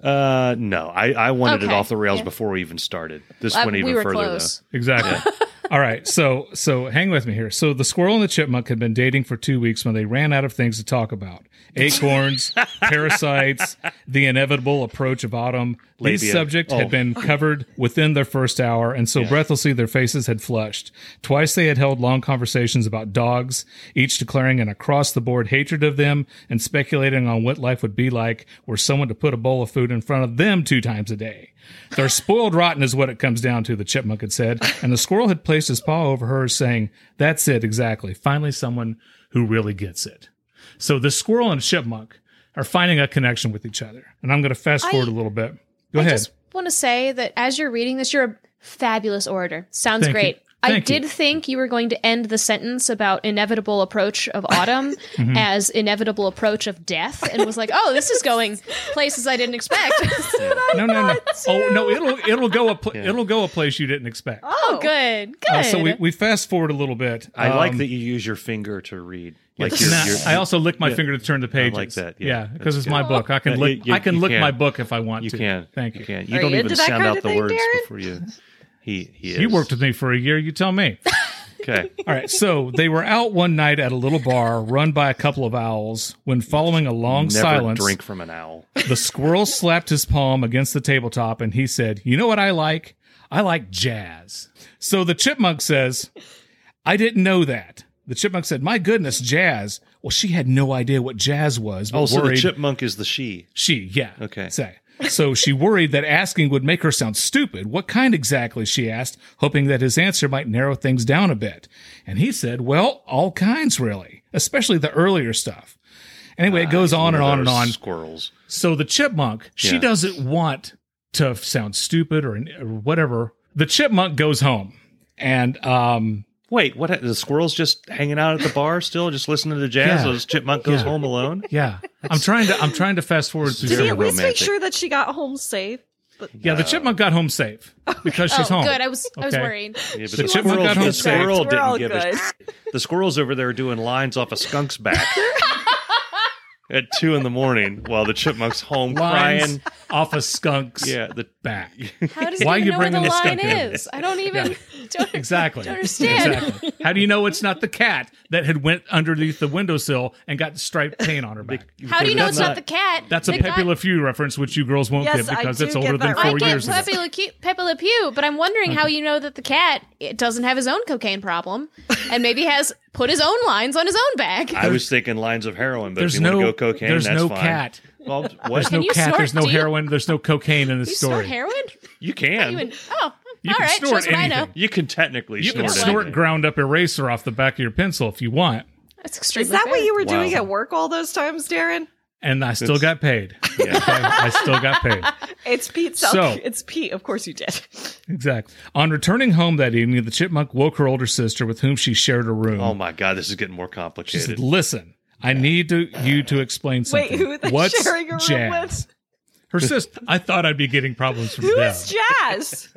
Speaker 3: Uh, no, I, I wanted it
Speaker 5: Okay.
Speaker 3: off the rails
Speaker 5: Yeah.
Speaker 3: before we even started. This
Speaker 5: Uh,
Speaker 3: went even
Speaker 5: we were
Speaker 3: further
Speaker 5: close.
Speaker 2: Exactly. All right, so so hang with me here. So the squirrel and the chipmunk had been dating for two weeks when they ran out of things to talk about: acorns, parasites, the inevitable approach of autumn. These
Speaker 3: Labia.
Speaker 2: subject
Speaker 3: Oh.
Speaker 2: had been covered within their first hour, and so breathlessly their faces had flushed. Twice they had held long conversations about dogs, each declaring an across-the-board hatred of them and speculating on what life would be like were someone to put a bowl of food in front of them two times a day. They're spoiled rotten, is what it comes down to, the chipmunk had said. And the squirrel had placed his paw over hers, saying, That's it, exactly. Finally, someone who really gets it. So the squirrel and chipmunk are finding a connection with each other. And I'm going to fast forward a little bit. Go
Speaker 5: I
Speaker 2: ahead.
Speaker 5: just want to say that as you're reading this, you're a fabulous orator. Sounds
Speaker 2: Thank you.
Speaker 5: great. I
Speaker 2: Thank you.
Speaker 5: did think you were going to end the sentence about inevitable approach of autumn
Speaker 2: Mm-hmm.
Speaker 5: as inevitable approach of death, and was like, "Oh, this is going places I didn't expect."
Speaker 2: no, no, no. Oh, no, it'll, it'll, go a pl- it'll go a place you didn't expect.
Speaker 5: oh, good, good.
Speaker 2: Uh, so we, we fast forward a little bit.
Speaker 3: I like
Speaker 2: Um,
Speaker 3: that you use your finger to read. Like
Speaker 2: Nah, I also lick my
Speaker 3: yeah.
Speaker 2: finger to turn the
Speaker 3: I
Speaker 2: pages.
Speaker 3: like that, yeah.
Speaker 2: because
Speaker 3: That's
Speaker 2: it's
Speaker 3: good.
Speaker 2: my book. I can
Speaker 3: Yeah,
Speaker 2: lick.
Speaker 3: you-
Speaker 2: I can
Speaker 3: you
Speaker 2: lick
Speaker 3: can.
Speaker 2: my book if I want
Speaker 3: you
Speaker 2: to.
Speaker 3: can.
Speaker 2: Thank you.
Speaker 3: can. You
Speaker 4: Are
Speaker 3: don't
Speaker 4: you
Speaker 3: even
Speaker 4: into that
Speaker 3: sound
Speaker 4: kind
Speaker 3: out
Speaker 4: of
Speaker 3: the
Speaker 4: thing,
Speaker 3: words
Speaker 4: Darren?
Speaker 3: before you. He he is.
Speaker 2: You worked with me for a year. You tell me.
Speaker 3: Okay.
Speaker 2: All right, so they were out one night at a little bar run by a couple of owls. When following a long
Speaker 3: Never
Speaker 2: silence,
Speaker 3: drink from an owl.
Speaker 2: the squirrel slapped his palm against the tabletop and he said, You know what I like? I like jazz. So the chipmunk says, I didn't know that. The chipmunk said, My goodness, jazz. Well, she had no idea what jazz was, but
Speaker 3: Oh, so the
Speaker 2: worried.
Speaker 3: chipmunk is the she.
Speaker 2: She, yeah.
Speaker 3: Okay.
Speaker 2: Say. So she worried that asking would make her sound stupid. What kind exactly? She asked, hoping that his answer might narrow things down a bit. And he said, well, all kinds really, especially the earlier stuff. Anyway,
Speaker 3: Ah,
Speaker 2: it goes on and on and on.
Speaker 3: Squirrels.
Speaker 2: So the chipmunk, she
Speaker 3: Yeah.
Speaker 2: doesn't want to sound stupid or, or whatever. The chipmunk goes home and, um,
Speaker 3: Wait, what? ha- The squirrels just hanging out at the bar still, just listening to jazz.
Speaker 2: Yeah.
Speaker 3: So this chipmunk goes
Speaker 2: Yeah.
Speaker 3: home alone.
Speaker 2: yeah, I'm trying to, I'm trying to fast forward through.
Speaker 4: Did he
Speaker 3: Very
Speaker 2: there.
Speaker 4: at least make
Speaker 3: romantic.
Speaker 4: sure that she got home safe?
Speaker 2: Yeah. The chipmunk got home safe because she's
Speaker 5: oh,
Speaker 2: home.
Speaker 5: good. I was I was
Speaker 2: Okay.
Speaker 5: worried.
Speaker 3: Yeah, but
Speaker 2: The chipmunk got home
Speaker 3: the
Speaker 2: safe.
Speaker 3: squirrel
Speaker 4: We're all
Speaker 3: didn't give
Speaker 4: good.
Speaker 3: a. shit. The squirrel's over there doing lines off a skunk's back at two in the morning, while the chipmunk's home
Speaker 2: Lines
Speaker 3: crying.
Speaker 2: off a skunk's
Speaker 3: Yeah, the
Speaker 2: back.
Speaker 5: How does
Speaker 2: Why
Speaker 5: he
Speaker 2: you
Speaker 5: even know where the
Speaker 2: bringing this
Speaker 5: line
Speaker 2: skunk in?
Speaker 5: is? I don't even. Don't,
Speaker 2: Exactly.
Speaker 5: Don't understand.
Speaker 2: Exactly. How do you know it's not the cat that had went underneath the windowsill and got striped paint on her back?
Speaker 5: How do you know
Speaker 3: That's
Speaker 5: it's not,
Speaker 3: not-
Speaker 5: the cat?
Speaker 2: That's a
Speaker 5: that got-
Speaker 2: Pepe Le Pew reference, which you girls won't
Speaker 4: Yes,
Speaker 2: get because
Speaker 4: I do
Speaker 2: it's older
Speaker 4: get
Speaker 2: than
Speaker 4: that
Speaker 2: four
Speaker 5: I
Speaker 4: reference.
Speaker 5: get
Speaker 2: years ago.
Speaker 5: Pepe Le, Cu- Pepe Le Pew, but I'm wondering how you know that the cat it doesn't have his own cocaine problem and maybe has put his own lines on his own bag.
Speaker 3: I was thinking lines of heroin, but if
Speaker 2: There's
Speaker 3: you
Speaker 2: no
Speaker 3: want to go cocaine,
Speaker 2: There's
Speaker 3: that's
Speaker 2: no
Speaker 3: fine.
Speaker 2: cat.
Speaker 3: Well,
Speaker 2: There's
Speaker 3: what?
Speaker 5: Can
Speaker 2: no
Speaker 5: you
Speaker 2: cat.
Speaker 5: snort?
Speaker 2: There's no
Speaker 5: Do you-
Speaker 2: heroin. There's no cocaine in this
Speaker 5: you snort
Speaker 2: story.
Speaker 5: heroin?
Speaker 3: you can.
Speaker 5: You and, oh,
Speaker 2: You
Speaker 5: all
Speaker 2: can
Speaker 5: right.
Speaker 2: snort
Speaker 5: Shows what I know.
Speaker 2: anything.
Speaker 3: You can technically
Speaker 2: You can
Speaker 3: snort,
Speaker 2: snort
Speaker 3: anything.
Speaker 2: ground up eraser off the back of your pencil if you want,
Speaker 5: That's extremely
Speaker 4: Is that
Speaker 5: fair.
Speaker 4: what you were
Speaker 3: Wow.
Speaker 4: doing at work all those times, Darren?
Speaker 2: and I still
Speaker 3: It's-
Speaker 2: got paid. Okay? I still got paid.
Speaker 4: It's Pete. Sel-
Speaker 2: So-
Speaker 4: it's Pete. Of course you did.
Speaker 2: Exactly. On returning home that evening, the chipmunk woke her older sister, with whom she shared a room.
Speaker 3: Oh my god, this is getting more
Speaker 2: She said,
Speaker 3: complicated.
Speaker 2: "Listen, I need to, you to explain something.
Speaker 4: Wait, who are they
Speaker 2: What's
Speaker 4: sharing a room
Speaker 2: jazz? Her sister. I thought I'd be getting problems from
Speaker 4: with? Who
Speaker 2: them.
Speaker 4: is Jazz?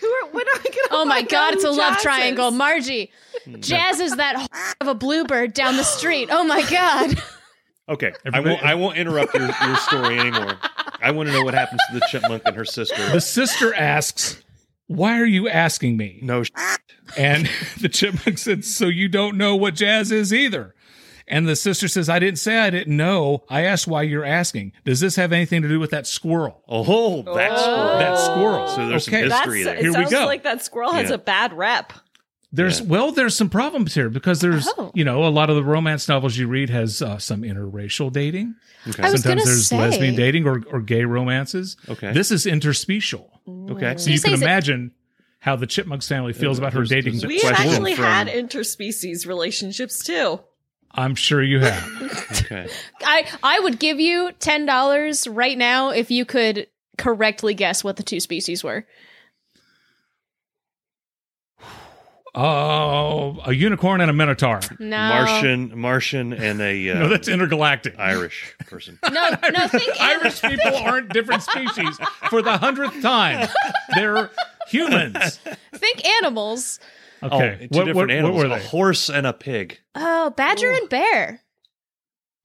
Speaker 4: Who are, when are we gonna?
Speaker 5: Oh my
Speaker 4: find
Speaker 5: God,
Speaker 4: out
Speaker 5: it's a
Speaker 4: who
Speaker 5: love
Speaker 4: Jazz is?
Speaker 5: triangle. Margie,
Speaker 2: Hmm.
Speaker 5: Jazz is that of a bluebird down the street. Oh my God.
Speaker 3: Okay, I
Speaker 2: Everybody-
Speaker 3: won't. I won't interrupt your, your story anymore. I want to know what happens to the chipmunk and her sister.
Speaker 2: The sister asks, "Why are you asking me?"
Speaker 3: No, sh-
Speaker 2: And the chipmunk said, "So you don't know what jazz is either." And the sister says, "I didn't say I didn't know. I asked why you're asking. Does this have anything to do with that squirrel?
Speaker 3: oh, that squirrel.
Speaker 2: That squirrel?
Speaker 3: So there's some
Speaker 2: okay.
Speaker 3: history.
Speaker 4: That's,
Speaker 3: Three there.
Speaker 4: it
Speaker 2: Here we
Speaker 4: sounds
Speaker 2: go.
Speaker 4: like that squirrel has
Speaker 3: Yeah.
Speaker 4: a bad rep.
Speaker 2: There's
Speaker 3: Yeah.
Speaker 2: well, there's some problems here because there's
Speaker 5: Oh.
Speaker 2: you know a lot of the romance novels you read has uh, some interracial dating.
Speaker 3: Okay.
Speaker 5: I
Speaker 2: Sometimes
Speaker 5: was gonna
Speaker 2: there's
Speaker 5: say-
Speaker 2: lesbian dating or, or gay romances.
Speaker 3: Okay.
Speaker 2: This is interspecial.
Speaker 5: Mm.
Speaker 3: Okay.
Speaker 2: So you
Speaker 5: These
Speaker 2: can
Speaker 5: days it-
Speaker 2: imagine how the Chipmunks family feels about her
Speaker 3: There's-
Speaker 2: dating.
Speaker 3: there's a
Speaker 4: We have
Speaker 3: question
Speaker 4: actually
Speaker 3: from-
Speaker 4: had interspecies relationships too.
Speaker 2: I'm sure you have.
Speaker 3: Okay.
Speaker 5: I, I would give you $10 right now if you could correctly guess what the two species were.
Speaker 2: Oh, a unicorn and a minotaur.
Speaker 5: No.
Speaker 3: Martian, Martian, and a uh,
Speaker 2: No, that's intergalactic.
Speaker 3: Irish person.
Speaker 5: No, no, think
Speaker 2: Irish people aren't different species for the hundredth time. They're humans.
Speaker 5: Think animals.
Speaker 2: Okay.
Speaker 3: Oh, two
Speaker 2: what,
Speaker 3: different
Speaker 2: what- what
Speaker 3: animals.
Speaker 2: were
Speaker 3: A
Speaker 2: they?
Speaker 3: horse and a pig.
Speaker 5: Oh, badger and bear.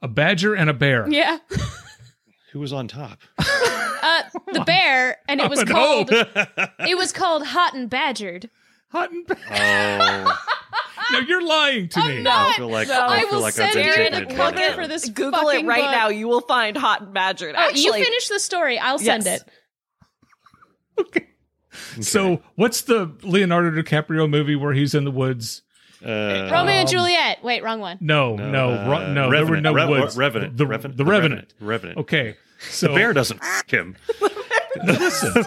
Speaker 2: A badger and a bear.
Speaker 5: Yeah.
Speaker 3: Who was on top? Oh,
Speaker 5: Uh, the bear, and it was
Speaker 2: would
Speaker 5: called
Speaker 2: hope.
Speaker 5: it was called Hot and Badgered.
Speaker 2: hot and bad.
Speaker 3: Oh,
Speaker 5: Ah!
Speaker 2: No, you're lying
Speaker 5: Oh,
Speaker 2: to me.
Speaker 3: I feel like
Speaker 4: No.
Speaker 3: I,
Speaker 5: I
Speaker 3: feel
Speaker 5: will
Speaker 3: like I've
Speaker 5: send
Speaker 3: been
Speaker 5: you
Speaker 4: Darren,
Speaker 3: taken
Speaker 5: the
Speaker 3: advantage
Speaker 5: cover
Speaker 3: of.
Speaker 5: for this.
Speaker 4: Google it
Speaker 5: fucking
Speaker 4: right
Speaker 5: book.
Speaker 4: now. You will find hot and badgered.
Speaker 5: Oh, you
Speaker 4: Actually,
Speaker 5: finish the story. I'll
Speaker 4: Yes.
Speaker 5: send it.
Speaker 2: So, what's the Leonardo DiCaprio movie where he's in the woods?
Speaker 3: Uh,
Speaker 5: Romeo
Speaker 2: Um,
Speaker 5: and Juliet. Wait, wrong one.
Speaker 2: No, no, no,
Speaker 3: uh,
Speaker 2: ro- no there were
Speaker 3: Revenant,
Speaker 2: no
Speaker 3: Re-
Speaker 2: woods.
Speaker 3: Revenant,
Speaker 2: the,
Speaker 3: Revenant,
Speaker 2: the Revenant.
Speaker 3: Revenant.
Speaker 2: Okay, so
Speaker 3: The bear doesn't f- him.
Speaker 2: Listen.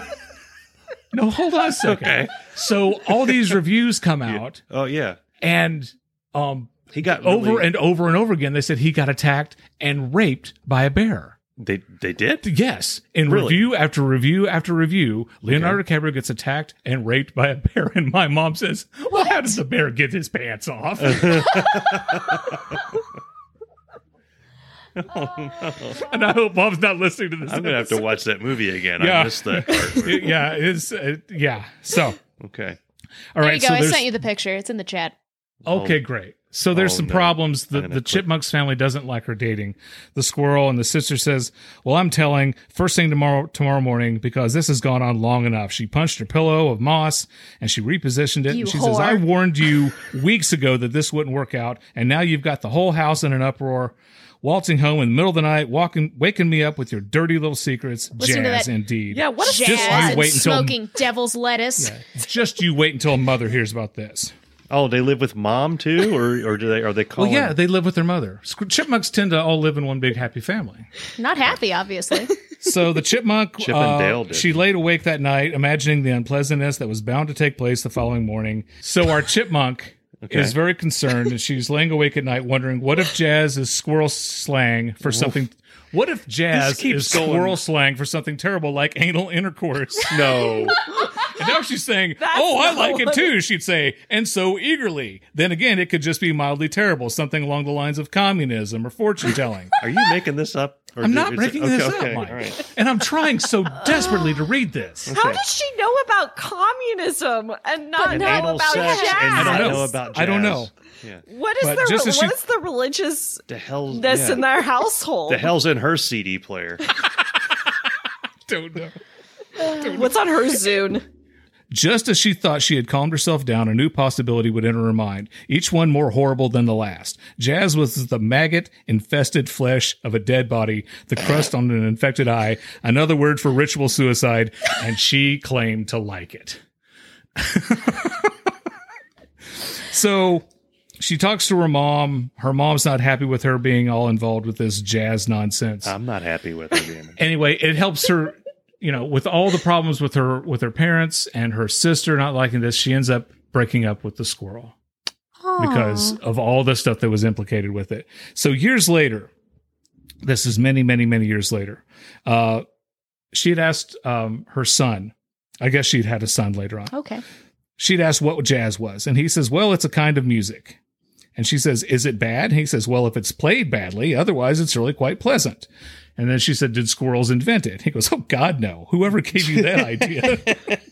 Speaker 2: no, hold on a second. So all these reviews come out,
Speaker 3: Oh yeah,
Speaker 2: and um,
Speaker 3: he got
Speaker 2: over
Speaker 3: really-
Speaker 2: and over and over again, they said he got attacked and raped by a bear.
Speaker 3: they they did.
Speaker 2: Yes, in
Speaker 3: Really?
Speaker 2: review after review after review, Leonardo DiCaprio gets attacked and raped by a bear, and my mom says, "Well, how does the bear get his pants off?" And I hope mom's not listening to this.
Speaker 3: I'm gonna have to watch that movie again.
Speaker 2: Yeah.
Speaker 3: I missed that. Part where-
Speaker 2: yeah, it's uh, yeah. So
Speaker 3: Okay.
Speaker 2: all right,
Speaker 5: there you go.
Speaker 2: so
Speaker 5: I
Speaker 2: there's-
Speaker 5: sent you the picture. It's in the chat.
Speaker 2: Okay, great. So there's
Speaker 3: Oh,
Speaker 2: some
Speaker 3: no.
Speaker 2: problems. The,
Speaker 3: I'm gonna
Speaker 2: the
Speaker 3: quit.
Speaker 2: chipmunk's family doesn't like her dating the squirrel, and the sister says, "Well, I'm telling first thing tomorrow tomorrow morning because this has gone on long enough." She punched her pillow of moss and she repositioned it.
Speaker 5: You
Speaker 2: and she says,
Speaker 5: whore.
Speaker 2: "I warned you weeks ago that this wouldn't work out, and now you've got the whole house in an uproar." Waltzing home in the middle of the night, walking, waking me up with your dirty little secrets,
Speaker 5: Listen to
Speaker 2: jazz
Speaker 5: that-
Speaker 2: indeed.
Speaker 4: yeah, what a
Speaker 5: Jazz
Speaker 2: Just you
Speaker 5: and
Speaker 2: wait until-
Speaker 5: smoking devil's lettuce.
Speaker 2: just you wait until mother hears about this.
Speaker 3: Oh, they live with mom too, or or do they are they
Speaker 2: Well,
Speaker 3: calling?
Speaker 2: yeah, they live with their mother. Squ- Chipmunks tend to all live in one big happy family.
Speaker 5: Not happy, obviously.
Speaker 2: So the chipmunk,
Speaker 3: Chip and
Speaker 2: uh,
Speaker 3: Dale did.
Speaker 2: she laid awake that night, imagining the unpleasantness that was bound to take place the following morning. So our chipmunk is very concerned, and she's laying awake at night wondering, what if jazz is squirrel slang for something? What if jazz
Speaker 3: This keeps
Speaker 2: is
Speaker 3: going.
Speaker 2: squirrel slang for something terrible like anal intercourse?
Speaker 3: No.
Speaker 2: And now she's saying,
Speaker 4: That's
Speaker 2: "Oh, I
Speaker 4: not
Speaker 2: like it
Speaker 4: what-
Speaker 2: too." She'd say, and so eagerly. Then again, it could just be mildly terrible, something along the lines of communism or fortune telling.
Speaker 3: Are you making this up? Or
Speaker 2: I'm
Speaker 3: do-
Speaker 2: not
Speaker 3: is it-
Speaker 2: breaking
Speaker 3: okay,
Speaker 2: this
Speaker 3: okay,
Speaker 2: up, Mike.
Speaker 3: all right.
Speaker 2: And I'm trying so desperately to read this.
Speaker 4: How
Speaker 3: Okay.
Speaker 4: does she know about communism and not
Speaker 5: But
Speaker 4: know
Speaker 5: not
Speaker 3: Anal
Speaker 4: about
Speaker 3: sex
Speaker 4: jazz?
Speaker 3: and
Speaker 2: I
Speaker 3: not
Speaker 2: don't
Speaker 3: know
Speaker 2: know.
Speaker 3: about
Speaker 2: I don't
Speaker 3: jazz. Yeah.
Speaker 4: What is
Speaker 2: But
Speaker 4: the
Speaker 2: just
Speaker 4: re-
Speaker 2: as
Speaker 4: what
Speaker 2: she-
Speaker 4: is the religiousness
Speaker 3: The hell's yeah.
Speaker 4: in their household?
Speaker 3: the hell's in her CD player.
Speaker 2: Don't know.
Speaker 4: What's on her Zune?
Speaker 2: Just as she thought she had calmed herself down, a new possibility would enter her mind, each one more horrible than the last. Jazz was the maggot infested flesh of a dead body, the crust on an infected eye, another word for ritual suicide, and she claimed to like it. so she talks to her mom. Her mom's not happy with her being all involved with this jazz nonsense
Speaker 3: I'm not happy with her being.
Speaker 2: anyway, it helps her, you know, with all the problems with her with her parents and her sister not liking this, she ends up breaking up with the squirrel because of all the stuff that was implicated with it. So years later, this is many, many, many years later, uh, she had asked um, her son. I guess she'd had a son later on
Speaker 5: okay.
Speaker 2: she'd asked what jazz was. And he says, Well, it's a kind of music. And she says, Is it bad? And he says, Well, if it's played badly, otherwise it's really quite pleasant. And then she said, Did squirrels invent it? He goes, Oh, God, no. Whoever gave you that idea?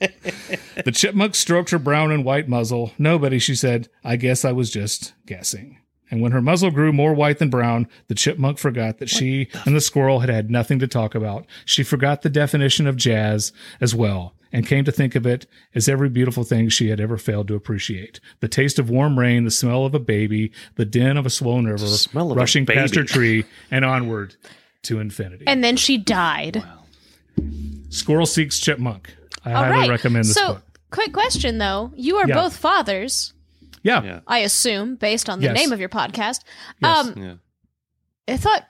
Speaker 2: the chipmunk stroked her brown and white muzzle. Nobody, she said, I guess I was just guessing. And when her muzzle grew more white than brown, the chipmunk forgot that she and the squirrel had had nothing to talk about. She forgot the definition of jazz as well and came to think of it as every beautiful thing she had ever failed to appreciate. The taste of warm rain, the smell of a baby, the din of a swollen river,
Speaker 3: smell of a
Speaker 2: rushing past her
Speaker 3: baby.
Speaker 2: tree and onward to infinity.
Speaker 5: And then she died.
Speaker 2: Squirrel Seeks Chipmunk. I
Speaker 5: All
Speaker 2: highly
Speaker 5: right.
Speaker 2: recommend this
Speaker 5: so,
Speaker 2: book.
Speaker 5: quick question though. You are
Speaker 2: Yeah.
Speaker 5: both fathers,
Speaker 2: Yeah.
Speaker 3: Yeah.
Speaker 5: I assume, based on the
Speaker 2: Yes.
Speaker 5: name of your podcast.
Speaker 2: Yes.
Speaker 5: Um,
Speaker 3: Yeah.
Speaker 5: I thought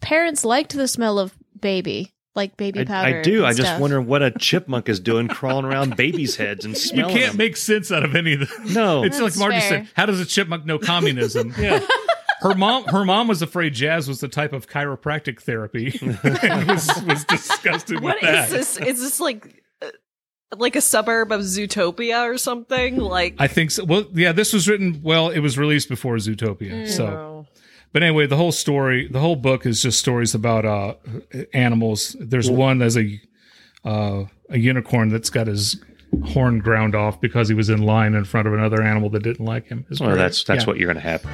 Speaker 5: parents liked the smell of baby, like baby powder.
Speaker 3: I, I do.
Speaker 5: and
Speaker 3: I just
Speaker 5: stuff.
Speaker 3: wonder what a chipmunk is doing crawling around babies' heads and
Speaker 2: You
Speaker 3: smelling
Speaker 2: can't
Speaker 3: them.
Speaker 2: make sense out of any of this.
Speaker 3: no.
Speaker 2: It's
Speaker 5: That's
Speaker 2: like Marty
Speaker 5: fair.
Speaker 2: said. How does a chipmunk know communism? Oh. yeah. Her mom, her mom was afraid jazz was the type of chiropractic therapy, and was, was disgusted
Speaker 4: What
Speaker 2: with that.
Speaker 4: is this? Is this like uh, like a suburb of Zootopia or something? Like
Speaker 2: I think so. Well, yeah, this was written. Well, it was released before
Speaker 5: Mm.
Speaker 2: Zootopia. So,
Speaker 4: Oh.
Speaker 2: but anyway, the whole story, the whole book is just stories about uh animals. There's one that's a uh, a unicorn that's got his horn ground off because he was in line in front of another animal that didn't like him. It's
Speaker 3: Well,
Speaker 2: great.
Speaker 3: that's that's
Speaker 2: Yeah.
Speaker 3: what you're going to have.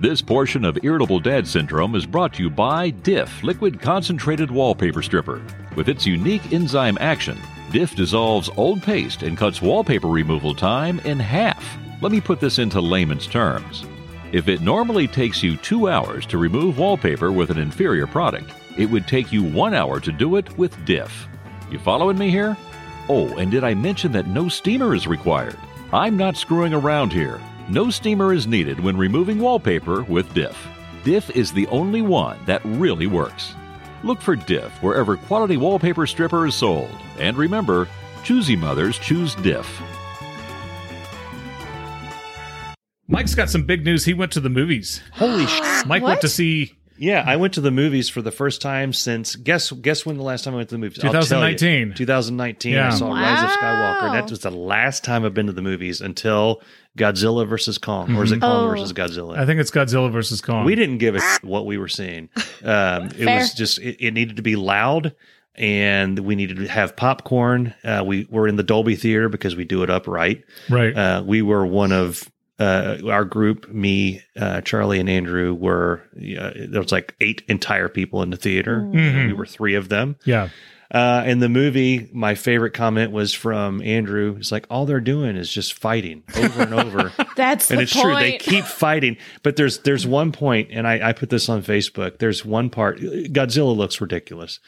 Speaker 1: This portion of Irritable Dad Syndrome is brought to you by Diff Liquid Concentrated Wallpaper Stripper. With its unique enzyme action, Diff dissolves old paste and cuts wallpaper removal time in half. Let me put this into layman's terms. If it normally takes you two hours to remove wallpaper with an inferior product, it would take you one hour to do it with Diff. You following me here? Oh, and did I mention that no steamer is required? I'm not screwing around here. No steamer is needed when removing wallpaper with Diff. Diff is the only one that really works. Look for Diff wherever quality wallpaper stripper is sold. And remember, choosy mothers choose Diff.
Speaker 2: Mike's got some big news. He went to the movies.
Speaker 3: Holy sh!
Speaker 2: Mike went
Speaker 5: What?
Speaker 2: to see
Speaker 3: Yeah, I went to the movies for the first time since guess guess when the last time I went to the movies? I'll tell you.
Speaker 2: 2019.
Speaker 3: 2019. I
Speaker 2: Yeah.
Speaker 3: saw Rise of
Speaker 5: Wow.
Speaker 3: Skywalker. That was the last time I've been to the movies until Godzilla versus Kong, or is it Kong
Speaker 5: Oh.
Speaker 3: versus Godzilla?
Speaker 2: I think it's Godzilla versus Kong.
Speaker 3: we didn't give a shit what we were seeing. Um, it
Speaker 5: Fair.
Speaker 3: was just it, it needed to be loud, and we needed to have popcorn. Uh, we were in the Dolby theater because we do it upright.
Speaker 2: right.
Speaker 3: Uh, we were one of uh, our group. Me, uh, Charlie, and Andrew were. Uh, there was like eight entire people in the theater.
Speaker 5: Mm.
Speaker 2: Mhm.
Speaker 3: We were three of them.
Speaker 2: yeah.
Speaker 3: Uh, in the movie, my favorite comment was from Andrew. It's like all they're doing is just fighting over and over.
Speaker 5: That's
Speaker 3: and
Speaker 5: the
Speaker 3: it's
Speaker 5: point.
Speaker 3: true they keep fighting but there's there's one point and I, I put this on facebook there's one part godzilla looks ridiculous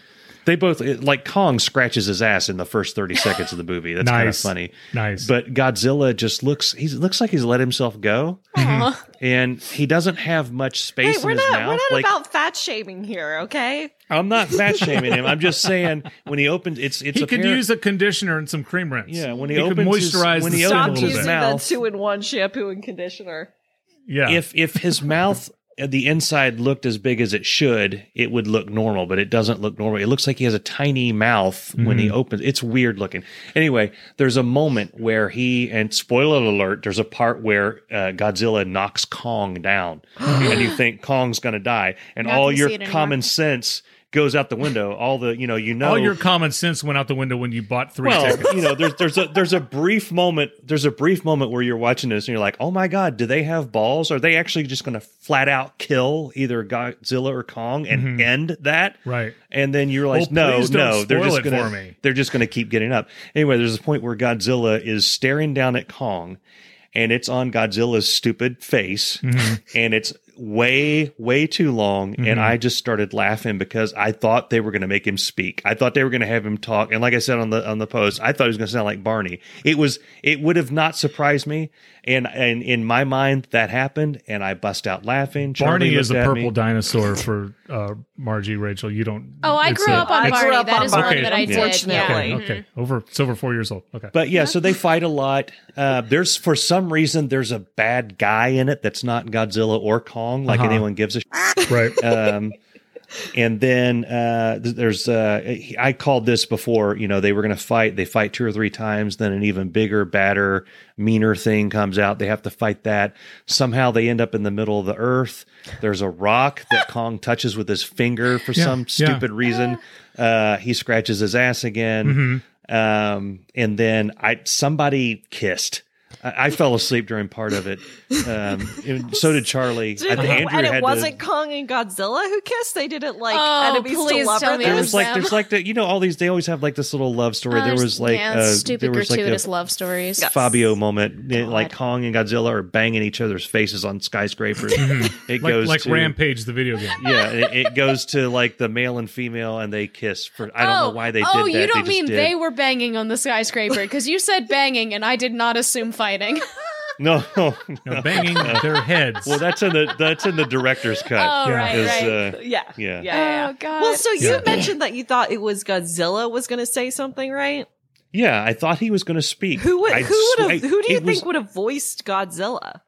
Speaker 3: they both like kong scratches his ass in the first 30 seconds of the movie that's kind of
Speaker 2: Nice.
Speaker 3: funny
Speaker 2: Nice.
Speaker 3: but godzilla just looks he looks like he's let himself go
Speaker 5: Aw.
Speaker 3: and he doesn't have much
Speaker 4: Hey,
Speaker 3: space
Speaker 4: we're
Speaker 3: in his
Speaker 4: not
Speaker 3: mouth
Speaker 4: we're not
Speaker 3: like
Speaker 4: about fat shaming here, okay?
Speaker 3: i'm not fat shaming him i'm just saying when he opens it's it's
Speaker 2: he
Speaker 3: apparent,
Speaker 2: could use a conditioner and some cream rinse.
Speaker 3: Yeah, when he
Speaker 2: he could
Speaker 3: opens his-
Speaker 2: moisturize
Speaker 3: when
Speaker 2: the
Speaker 3: he
Speaker 2: skin
Speaker 3: opens
Speaker 2: a
Speaker 4: Stop
Speaker 2: little
Speaker 4: using
Speaker 2: bit.
Speaker 3: his mouth.
Speaker 4: the two in one shampoo and conditioner.
Speaker 2: Yeah.
Speaker 3: if if his mouth at the inside looked as big as it should, it would look normal, but it doesn't look normal. It looks like he has a tiny mouth when
Speaker 2: Mm-hmm.
Speaker 3: he opens. It's weird looking. Anyway, there's a moment where he and spoiler alert, there's a part where uh, Godzilla knocks Kong down, and you think Kong's going to die, and
Speaker 5: Not gonna
Speaker 3: all
Speaker 5: see
Speaker 3: your
Speaker 5: it anymore.
Speaker 3: common sense goes out the window. All the you know you know
Speaker 2: all your common sense went out the window when you bought three
Speaker 3: well,
Speaker 2: tickets.
Speaker 3: you know, there's there's a there's a brief moment there's a brief moment where you're watching this and you're like, oh my god, do they have balls? Are they actually just going to flat out kill either Godzilla or Kong and end that?
Speaker 2: Mm-hmm. Right.
Speaker 3: And then you realize,
Speaker 2: Oh,
Speaker 3: no,
Speaker 2: please don't
Speaker 3: no, they're
Speaker 2: spoil
Speaker 3: just
Speaker 2: it
Speaker 3: going
Speaker 2: for me.
Speaker 3: to they're just going to keep getting up. Anyway, there's a point where Godzilla is staring down at Kong, and it's on Godzilla's stupid face,
Speaker 2: Mm-hmm.
Speaker 3: and it's way way too long and i just started laughing because i thought they were going to make him speak i thought they were going to have him talk and like i said on the on the post i thought he was going to sound like barney it was it would have not surprised me and and in my mind that happened and i bust out laughing Charlie
Speaker 2: Barney is a
Speaker 3: looked at
Speaker 2: purple
Speaker 3: me.
Speaker 2: dinosaur for uh, Margie Rachel. You don't.
Speaker 5: Oh, I
Speaker 2: it's
Speaker 5: grew
Speaker 2: a-
Speaker 5: up on
Speaker 4: I grew
Speaker 5: Barney.
Speaker 4: up
Speaker 5: That
Speaker 4: on
Speaker 5: is one
Speaker 2: Barney,
Speaker 5: that I did.
Speaker 4: unfortunately.
Speaker 5: Yeah. Mm-hmm.
Speaker 2: Okay, okay. Over, it's over four years old. Okay.
Speaker 3: But yeah, so they fight a lot. Uh, there's for some reason there's a bad guy in it that's not Godzilla or Kong, like
Speaker 2: Uh-huh.
Speaker 3: anyone gives a. Sh-
Speaker 2: right.
Speaker 3: um, and then uh, th- there's uh, he- I called this before. You know, they were going to fight. They fight two or three times. Then an even bigger, badder, meaner thing comes out. They have to fight that. Somehow they end up in the middle of the earth. There's a rock that Kong touches with his finger for
Speaker 2: Yeah,
Speaker 3: some
Speaker 2: yeah.
Speaker 3: stupid reason. Uh, he scratches his ass again
Speaker 2: Mhm.
Speaker 3: um, and then I somebody kissed. I, I fell asleep during part of it. Um, and so did Charlie.
Speaker 4: Dude,
Speaker 3: I think Andrew
Speaker 4: and
Speaker 3: had
Speaker 4: it
Speaker 3: to-
Speaker 4: wasn't Kong and Godzilla who kissed. They did it like
Speaker 5: Oh,
Speaker 4: enemies to
Speaker 5: please tell
Speaker 4: lovers.
Speaker 5: me
Speaker 3: there
Speaker 5: it
Speaker 3: was
Speaker 5: was
Speaker 3: like
Speaker 5: them.
Speaker 3: there's like the you know all these they always have like this little love story. there
Speaker 5: Others-
Speaker 3: was like
Speaker 5: yeah,
Speaker 3: uh,
Speaker 5: stupid,
Speaker 3: there was like a
Speaker 5: gratuitous love stories.
Speaker 3: Fabio moment,
Speaker 5: God.
Speaker 3: like Kong and Godzilla are banging each other's faces on skyscrapers. it
Speaker 2: Like,
Speaker 3: goes
Speaker 2: like
Speaker 3: to,
Speaker 2: Rampage, the video game.
Speaker 3: Yeah, it, it goes to like the male and female, and they kiss for. I don't know why they
Speaker 5: oh,
Speaker 3: did that.
Speaker 5: you don't
Speaker 3: just
Speaker 5: mean
Speaker 3: did.
Speaker 5: they were banging on the skyscraper because you said banging and I did not assume fighting.
Speaker 3: No,
Speaker 2: No, banging their heads.
Speaker 3: Well, that's in the that's in the director's cut.
Speaker 5: Oh,
Speaker 2: Yeah.
Speaker 5: right,
Speaker 3: is,
Speaker 5: right.
Speaker 3: uh,
Speaker 4: Yeah.
Speaker 3: Yeah.
Speaker 4: Yeah. yeah,
Speaker 5: Oh,
Speaker 4: yeah.
Speaker 5: God.
Speaker 4: Well, so you
Speaker 2: Yeah.
Speaker 4: mentioned that you thought it was Godzilla was going to say something, right?
Speaker 3: yeah, I thought he was going to speak.
Speaker 4: Who would
Speaker 3: I
Speaker 4: who would have
Speaker 3: swear-
Speaker 4: who do you
Speaker 3: it was
Speaker 4: think would have voiced Godzilla?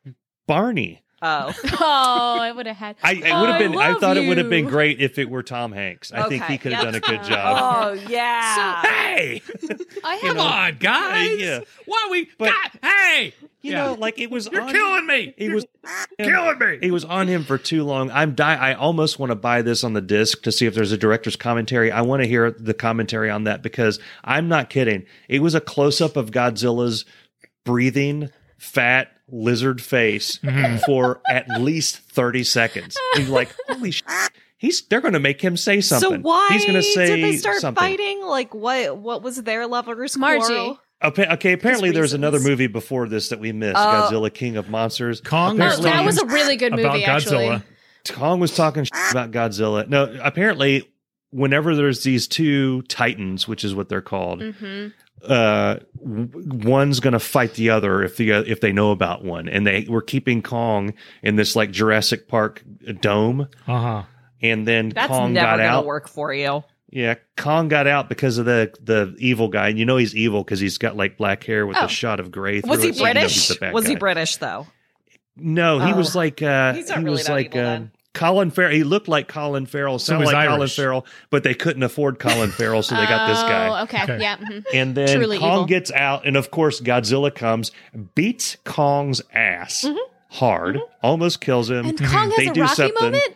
Speaker 3: Barney?
Speaker 4: Oh,
Speaker 5: oh, I would have had.
Speaker 3: I, it would have been. I
Speaker 5: love
Speaker 3: thought it would have been
Speaker 5: you.
Speaker 3: great if it were Tom Hanks. I think
Speaker 4: Okay,
Speaker 3: he could have
Speaker 4: yep.
Speaker 3: done a good job.
Speaker 4: oh yeah.
Speaker 3: hey,
Speaker 5: I have
Speaker 2: Come
Speaker 5: a-
Speaker 2: on, guys.
Speaker 3: Yeah.
Speaker 2: Why are we?
Speaker 3: But-
Speaker 2: God, hey,
Speaker 3: you
Speaker 2: Yeah.
Speaker 3: know, like it was.
Speaker 2: you're
Speaker 3: on-
Speaker 2: killing me.
Speaker 3: It was
Speaker 2: killing me.
Speaker 3: It was on him for too long. I'm die. I almost want to buy this on the disc to see if there's a director's commentary. I want to hear the commentary on that because I'm not kidding. It was a close up of Godzilla's breathing, fat
Speaker 2: Mm-hmm.
Speaker 3: lizard face for at least 30 seconds. And you're like, holy shit. he's they're going to make him say something.
Speaker 4: So why
Speaker 3: he's going to say
Speaker 4: did they start
Speaker 3: something.
Speaker 4: fighting? Like what? What was their lovers'
Speaker 5: Margie.
Speaker 4: quarrel?
Speaker 3: Appa- okay, apparently there's
Speaker 5: reasons.
Speaker 3: another movie before this that we missed:
Speaker 4: Oh.
Speaker 3: Godzilla, King of Monsters.
Speaker 2: Kong
Speaker 5: Oh,
Speaker 2: There's
Speaker 5: that
Speaker 2: something
Speaker 5: was a really good
Speaker 2: about
Speaker 5: movie, actually.
Speaker 2: Godzilla.
Speaker 3: Kong was talking sh- about Godzilla. No, apparently, whenever there's these two titans, which is what they're
Speaker 4: Mm.
Speaker 3: called,
Speaker 5: Mm-hmm.
Speaker 3: uh, w- one's going to fight the other if the if they know about one, and they were keeping Kong in this like Jurassic Park dome,
Speaker 2: Uh huh.
Speaker 3: and then
Speaker 4: That's
Speaker 3: Kong
Speaker 4: never
Speaker 3: got
Speaker 4: gonna
Speaker 3: out.
Speaker 4: work for you.
Speaker 3: Yeah, Kong got out because of the the evil guy, and you know he's evil because he's got like black hair with
Speaker 5: Oh.
Speaker 3: a shot of gray. through
Speaker 4: Was he
Speaker 3: it, so you know
Speaker 4: British?
Speaker 3: he's a bad
Speaker 4: was he
Speaker 3: guy.
Speaker 4: British though?
Speaker 3: No, he
Speaker 4: Oh.
Speaker 3: was like uh,
Speaker 4: He's not
Speaker 3: he
Speaker 4: really
Speaker 3: was
Speaker 4: that
Speaker 3: like
Speaker 4: evil,
Speaker 3: uh,
Speaker 4: then.
Speaker 3: Colin Farrell. He looked like Colin Farrell, sounded
Speaker 2: he's
Speaker 3: like Colin
Speaker 2: Irish.
Speaker 3: Farrell, but they couldn't afford Colin Farrell, so they got this guy.
Speaker 5: Okay.
Speaker 2: Oh, Okay. mm-hmm.
Speaker 5: Yeah. mhm.
Speaker 3: And then
Speaker 5: Truly
Speaker 3: Kong
Speaker 5: evil.
Speaker 3: gets out, and of course Godzilla comes, beats Kong's ass hard, almost kills him.
Speaker 5: And Kong has
Speaker 3: They
Speaker 5: a
Speaker 3: do
Speaker 5: Rocky
Speaker 3: something.
Speaker 5: moment.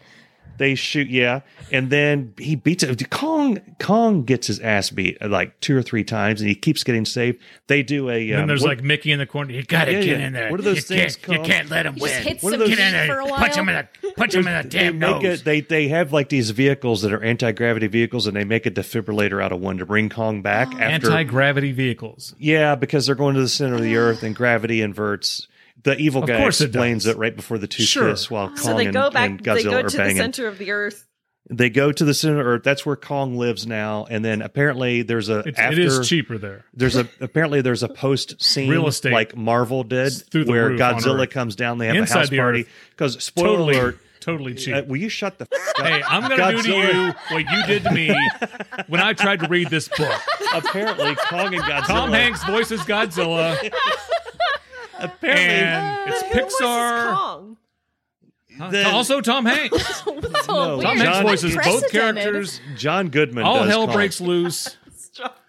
Speaker 3: They shoot, yeah, and then he beats it. Kong Kong gets his ass beat uh, like two or three times, and he keeps getting saved. They do a
Speaker 2: And
Speaker 3: um,
Speaker 2: then there's
Speaker 3: what-
Speaker 2: like Mickey in the corner. You gotta
Speaker 3: Yeah,
Speaker 2: get
Speaker 3: yeah.
Speaker 2: in there.
Speaker 3: What are those
Speaker 2: you
Speaker 3: things
Speaker 2: Can't,
Speaker 3: called?
Speaker 2: you can't let him
Speaker 5: Just
Speaker 2: win.
Speaker 5: hit
Speaker 3: What are
Speaker 5: some
Speaker 3: those-
Speaker 5: meat
Speaker 2: Get in
Speaker 5: for
Speaker 2: there.
Speaker 5: a while.
Speaker 2: Punch him in the punch him in the damn
Speaker 3: they make
Speaker 2: nose.
Speaker 3: A, they they have like these vehicles that are anti gravity vehicles, and they make a defibrillator out of one to bring Kong back after.
Speaker 2: Anti gravity vehicles.
Speaker 3: yeah, because they're going to the center of the earth, and gravity inverts. The evil
Speaker 2: Of
Speaker 3: guy
Speaker 2: course it
Speaker 3: explains
Speaker 2: does.
Speaker 3: it right before the two
Speaker 2: Sure.
Speaker 3: kiss, while Kong
Speaker 4: So they
Speaker 3: and,
Speaker 4: go back.
Speaker 3: and Godzilla
Speaker 4: They go
Speaker 3: are
Speaker 4: to the
Speaker 3: banging.
Speaker 4: center of the earth.
Speaker 3: They go to the center of Earth. That's where Kong lives now. And then apparently there's a
Speaker 2: It's,
Speaker 3: after
Speaker 2: it is cheaper there.
Speaker 3: there's a apparently there's a post scene
Speaker 2: Real estate.
Speaker 3: like Marvel did
Speaker 2: It's through the
Speaker 3: where
Speaker 2: roof on
Speaker 3: Godzilla
Speaker 2: Earth.
Speaker 3: comes down. They have
Speaker 2: Inside
Speaker 3: a house
Speaker 2: the
Speaker 3: party
Speaker 2: Earth.
Speaker 3: because spoiler
Speaker 2: Totally,
Speaker 3: alert.
Speaker 2: totally cheap.
Speaker 3: Uh, will you shut the f- up?
Speaker 2: hey, I'm gonna do to you
Speaker 3: Godzilla-
Speaker 2: what you did to me when I tried to read this book.
Speaker 3: apparently Kong and Godzilla.
Speaker 2: Tom Hanks voices Godzilla,
Speaker 3: Apparently,
Speaker 2: and it's
Speaker 4: Who voices
Speaker 2: Pixar.
Speaker 4: Kong?
Speaker 2: Huh?
Speaker 3: Then-
Speaker 2: also Tom Hanks.
Speaker 5: That's a
Speaker 3: No,
Speaker 5: weird
Speaker 2: Tom Hanks
Speaker 3: John-
Speaker 2: voices both
Speaker 5: unprecedented.
Speaker 2: characters.
Speaker 3: John Goodman.
Speaker 2: All
Speaker 3: does
Speaker 2: hell
Speaker 3: Kong.
Speaker 2: breaks loose.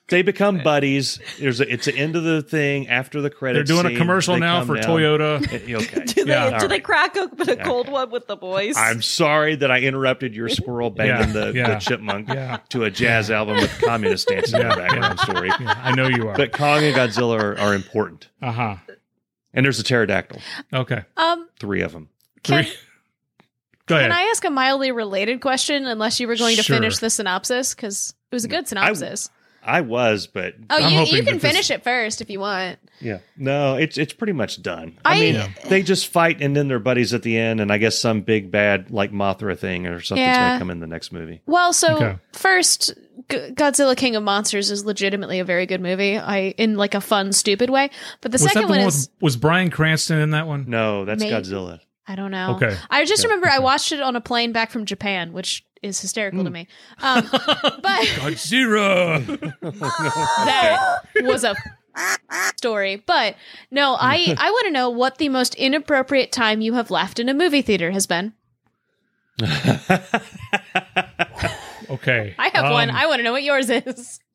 Speaker 3: They become buddies. There's a, it's the end of the thing after the
Speaker 2: They're
Speaker 3: credits.
Speaker 2: doing a
Speaker 3: scene.
Speaker 2: commercial
Speaker 3: They
Speaker 2: now
Speaker 3: come
Speaker 2: for
Speaker 3: down.
Speaker 2: Toyota.
Speaker 3: Eh, Okay.
Speaker 4: Do they,
Speaker 2: Yeah.
Speaker 4: do
Speaker 3: All
Speaker 4: they
Speaker 3: right.
Speaker 4: crack open a cold one with the boys?
Speaker 3: I'm sorry that I interrupted your squirrel banging
Speaker 2: Yeah,
Speaker 3: the,
Speaker 2: yeah.
Speaker 3: the chipmunk
Speaker 2: Yeah.
Speaker 3: to a jazz album with communist dancing in
Speaker 2: Yeah,
Speaker 3: the background.
Speaker 2: yeah.
Speaker 3: Sorry,
Speaker 2: Yeah, I know you are.
Speaker 3: but Kong and Godzilla are, are important.
Speaker 2: Uh huh.
Speaker 3: And there's a pterodactyl,
Speaker 2: Okay.
Speaker 5: Um,
Speaker 3: three of them.
Speaker 5: can,
Speaker 2: Go ahead.
Speaker 5: can I ask a mildly related question? Unless you were going to
Speaker 2: Sure.
Speaker 5: finish the synopsis, because it was a good synopsis.
Speaker 3: I was, but
Speaker 5: oh,
Speaker 2: I'm
Speaker 5: you
Speaker 2: hoping
Speaker 5: you can
Speaker 2: that this-
Speaker 5: finish it first if you want.
Speaker 3: yeah, no, it's it's pretty much done.
Speaker 5: I-
Speaker 3: I mean,
Speaker 5: Yeah.
Speaker 3: they just fight, and then they're buddies at the end, and I guess some big bad like Mothra thing or something's
Speaker 5: Yeah.
Speaker 3: gonna come in the next movie.
Speaker 5: Well, so
Speaker 2: Okay.
Speaker 5: first, G- Godzilla King of Monsters is legitimately a very good movie. I in like a fun, stupid way. But the
Speaker 2: was that
Speaker 5: second
Speaker 2: the
Speaker 5: one
Speaker 2: one
Speaker 5: is
Speaker 2: with, was Brian Cranston in that one?
Speaker 3: No, that's
Speaker 5: Maybe.
Speaker 3: Godzilla.
Speaker 5: I don't know.
Speaker 2: Okay.
Speaker 5: I just remember I watched it on a plane back from Japan, which is hysterical
Speaker 3: Mm.
Speaker 5: to me. Um, but
Speaker 2: Uh, Godzilla.
Speaker 5: that was a story. But no, I I want to know what the most inappropriate time you have laughed in a movie theater has been.
Speaker 2: okay.
Speaker 5: I have
Speaker 2: Um,
Speaker 5: one. I want to know what yours is.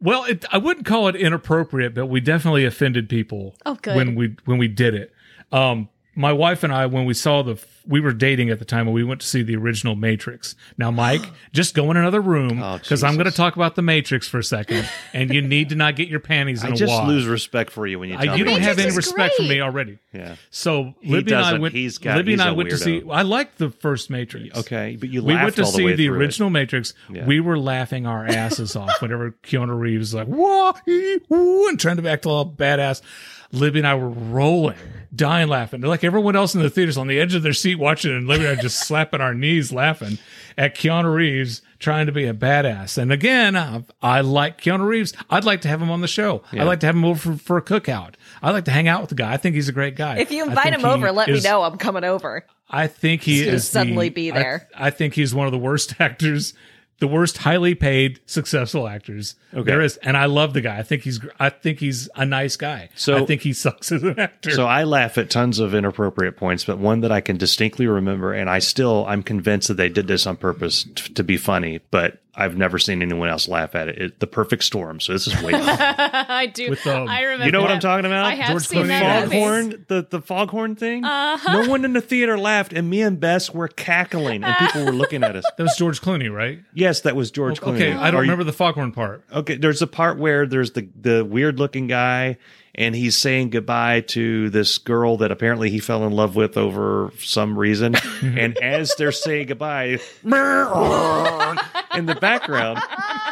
Speaker 2: Well, it, I wouldn't call it inappropriate, but we definitely offended people
Speaker 5: Oh, good.
Speaker 2: when we when we did it. Um, my wife and I, when we saw the, f- we were dating at the time, and we went to see the original Matrix. Now, Mike, just go in another room
Speaker 3: Oh,
Speaker 2: because I'm going to
Speaker 3: Jesus.
Speaker 2: talk about the Matrix for a second, and you need to not get your panties in
Speaker 3: I
Speaker 2: a
Speaker 3: just
Speaker 2: wad.
Speaker 3: lose respect for you when you
Speaker 2: I-
Speaker 3: tell
Speaker 2: you
Speaker 3: me
Speaker 2: don't
Speaker 3: that.
Speaker 2: have any
Speaker 5: Matrix is
Speaker 2: respect for
Speaker 5: great.
Speaker 2: me already.
Speaker 3: Yeah.
Speaker 2: So Libby and I
Speaker 3: doesn't.
Speaker 2: went.
Speaker 3: He's got-
Speaker 2: Libby and
Speaker 3: he's
Speaker 2: I
Speaker 3: a
Speaker 2: went to see.
Speaker 3: weirdo.
Speaker 2: I liked the first Matrix.
Speaker 3: Okay, but you
Speaker 2: We
Speaker 3: laughed
Speaker 2: went to
Speaker 3: all the
Speaker 2: see
Speaker 3: way
Speaker 2: the
Speaker 3: through it.
Speaker 2: original Matrix.
Speaker 3: Yeah.
Speaker 2: We were laughing our asses off whenever Keanu Reeves was like, whoa, ee, woo, and trying to act all badass. Libby and I were rolling, dying laughing. Like everyone else in the theaters on the edge of their seat watching, and Libby and I just slapping our knees laughing at Keanu Reeves trying to be a badass. And again, I, I like Keanu Reeves. I'd like to have him on the show. I'd like to have him over for, for a cookout. I'd like to hang out with the guy. I think he's a great guy.
Speaker 4: if you
Speaker 2: I
Speaker 4: invite
Speaker 2: think
Speaker 4: him
Speaker 2: he
Speaker 4: over, let me
Speaker 2: is-
Speaker 4: know. I'm coming over.
Speaker 2: I think he
Speaker 4: gonna
Speaker 2: is the-
Speaker 4: suddenly be
Speaker 2: I-
Speaker 4: there.
Speaker 2: I, think he's one of the worst actors, the worst highly paid successful actors there is. And I love the guy. I think he's gr- I think he's a nice guy.
Speaker 3: So-
Speaker 2: I think he sucks as an actor.
Speaker 3: So I laugh at tons of inappropriate points, but one that I can distinctly remember, and I still I'm convinced that they did this on purpose t- to be funny, but I've never seen anyone else laugh at it. it the perfect storm. So this is way. off.
Speaker 5: I do.
Speaker 2: With, um,
Speaker 5: I remember.
Speaker 3: you know what
Speaker 5: that.
Speaker 3: I'm talking about?
Speaker 5: I have
Speaker 2: George
Speaker 5: seen
Speaker 2: Clooney.
Speaker 5: that. Uh-huh. movie.
Speaker 3: foghorn, the the foghorn thing. No one in the theater laughed, and me and Bess were cackling, and people were looking at us.
Speaker 2: that was George Clooney, right?
Speaker 3: Yes, that was George Clooney.
Speaker 2: Okay, I
Speaker 3: Are
Speaker 2: don't
Speaker 3: you-
Speaker 2: remember the foghorn part.
Speaker 3: Okay, there's a part where there's the the weird looking guy, and he's saying goodbye to this girl that apparently he fell in love with over some reason. and as they're saying goodbye, in the background,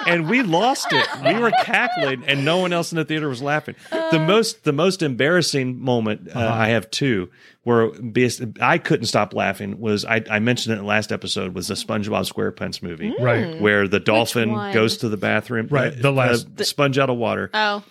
Speaker 3: and we lost it. We were cackling, and no one else in the theater was laughing. The most, the most embarrassing moment uh, I have two where bas- I couldn't stop laughing was I, I mentioned it in the last episode was the SpongeBob SquarePants movie,
Speaker 5: Mm.
Speaker 2: Right.
Speaker 3: Where the dolphin
Speaker 5: Mm-hmm. one?
Speaker 3: goes to the bathroom, uh,
Speaker 2: Right, the last-
Speaker 3: sponge out of water.
Speaker 5: Oh,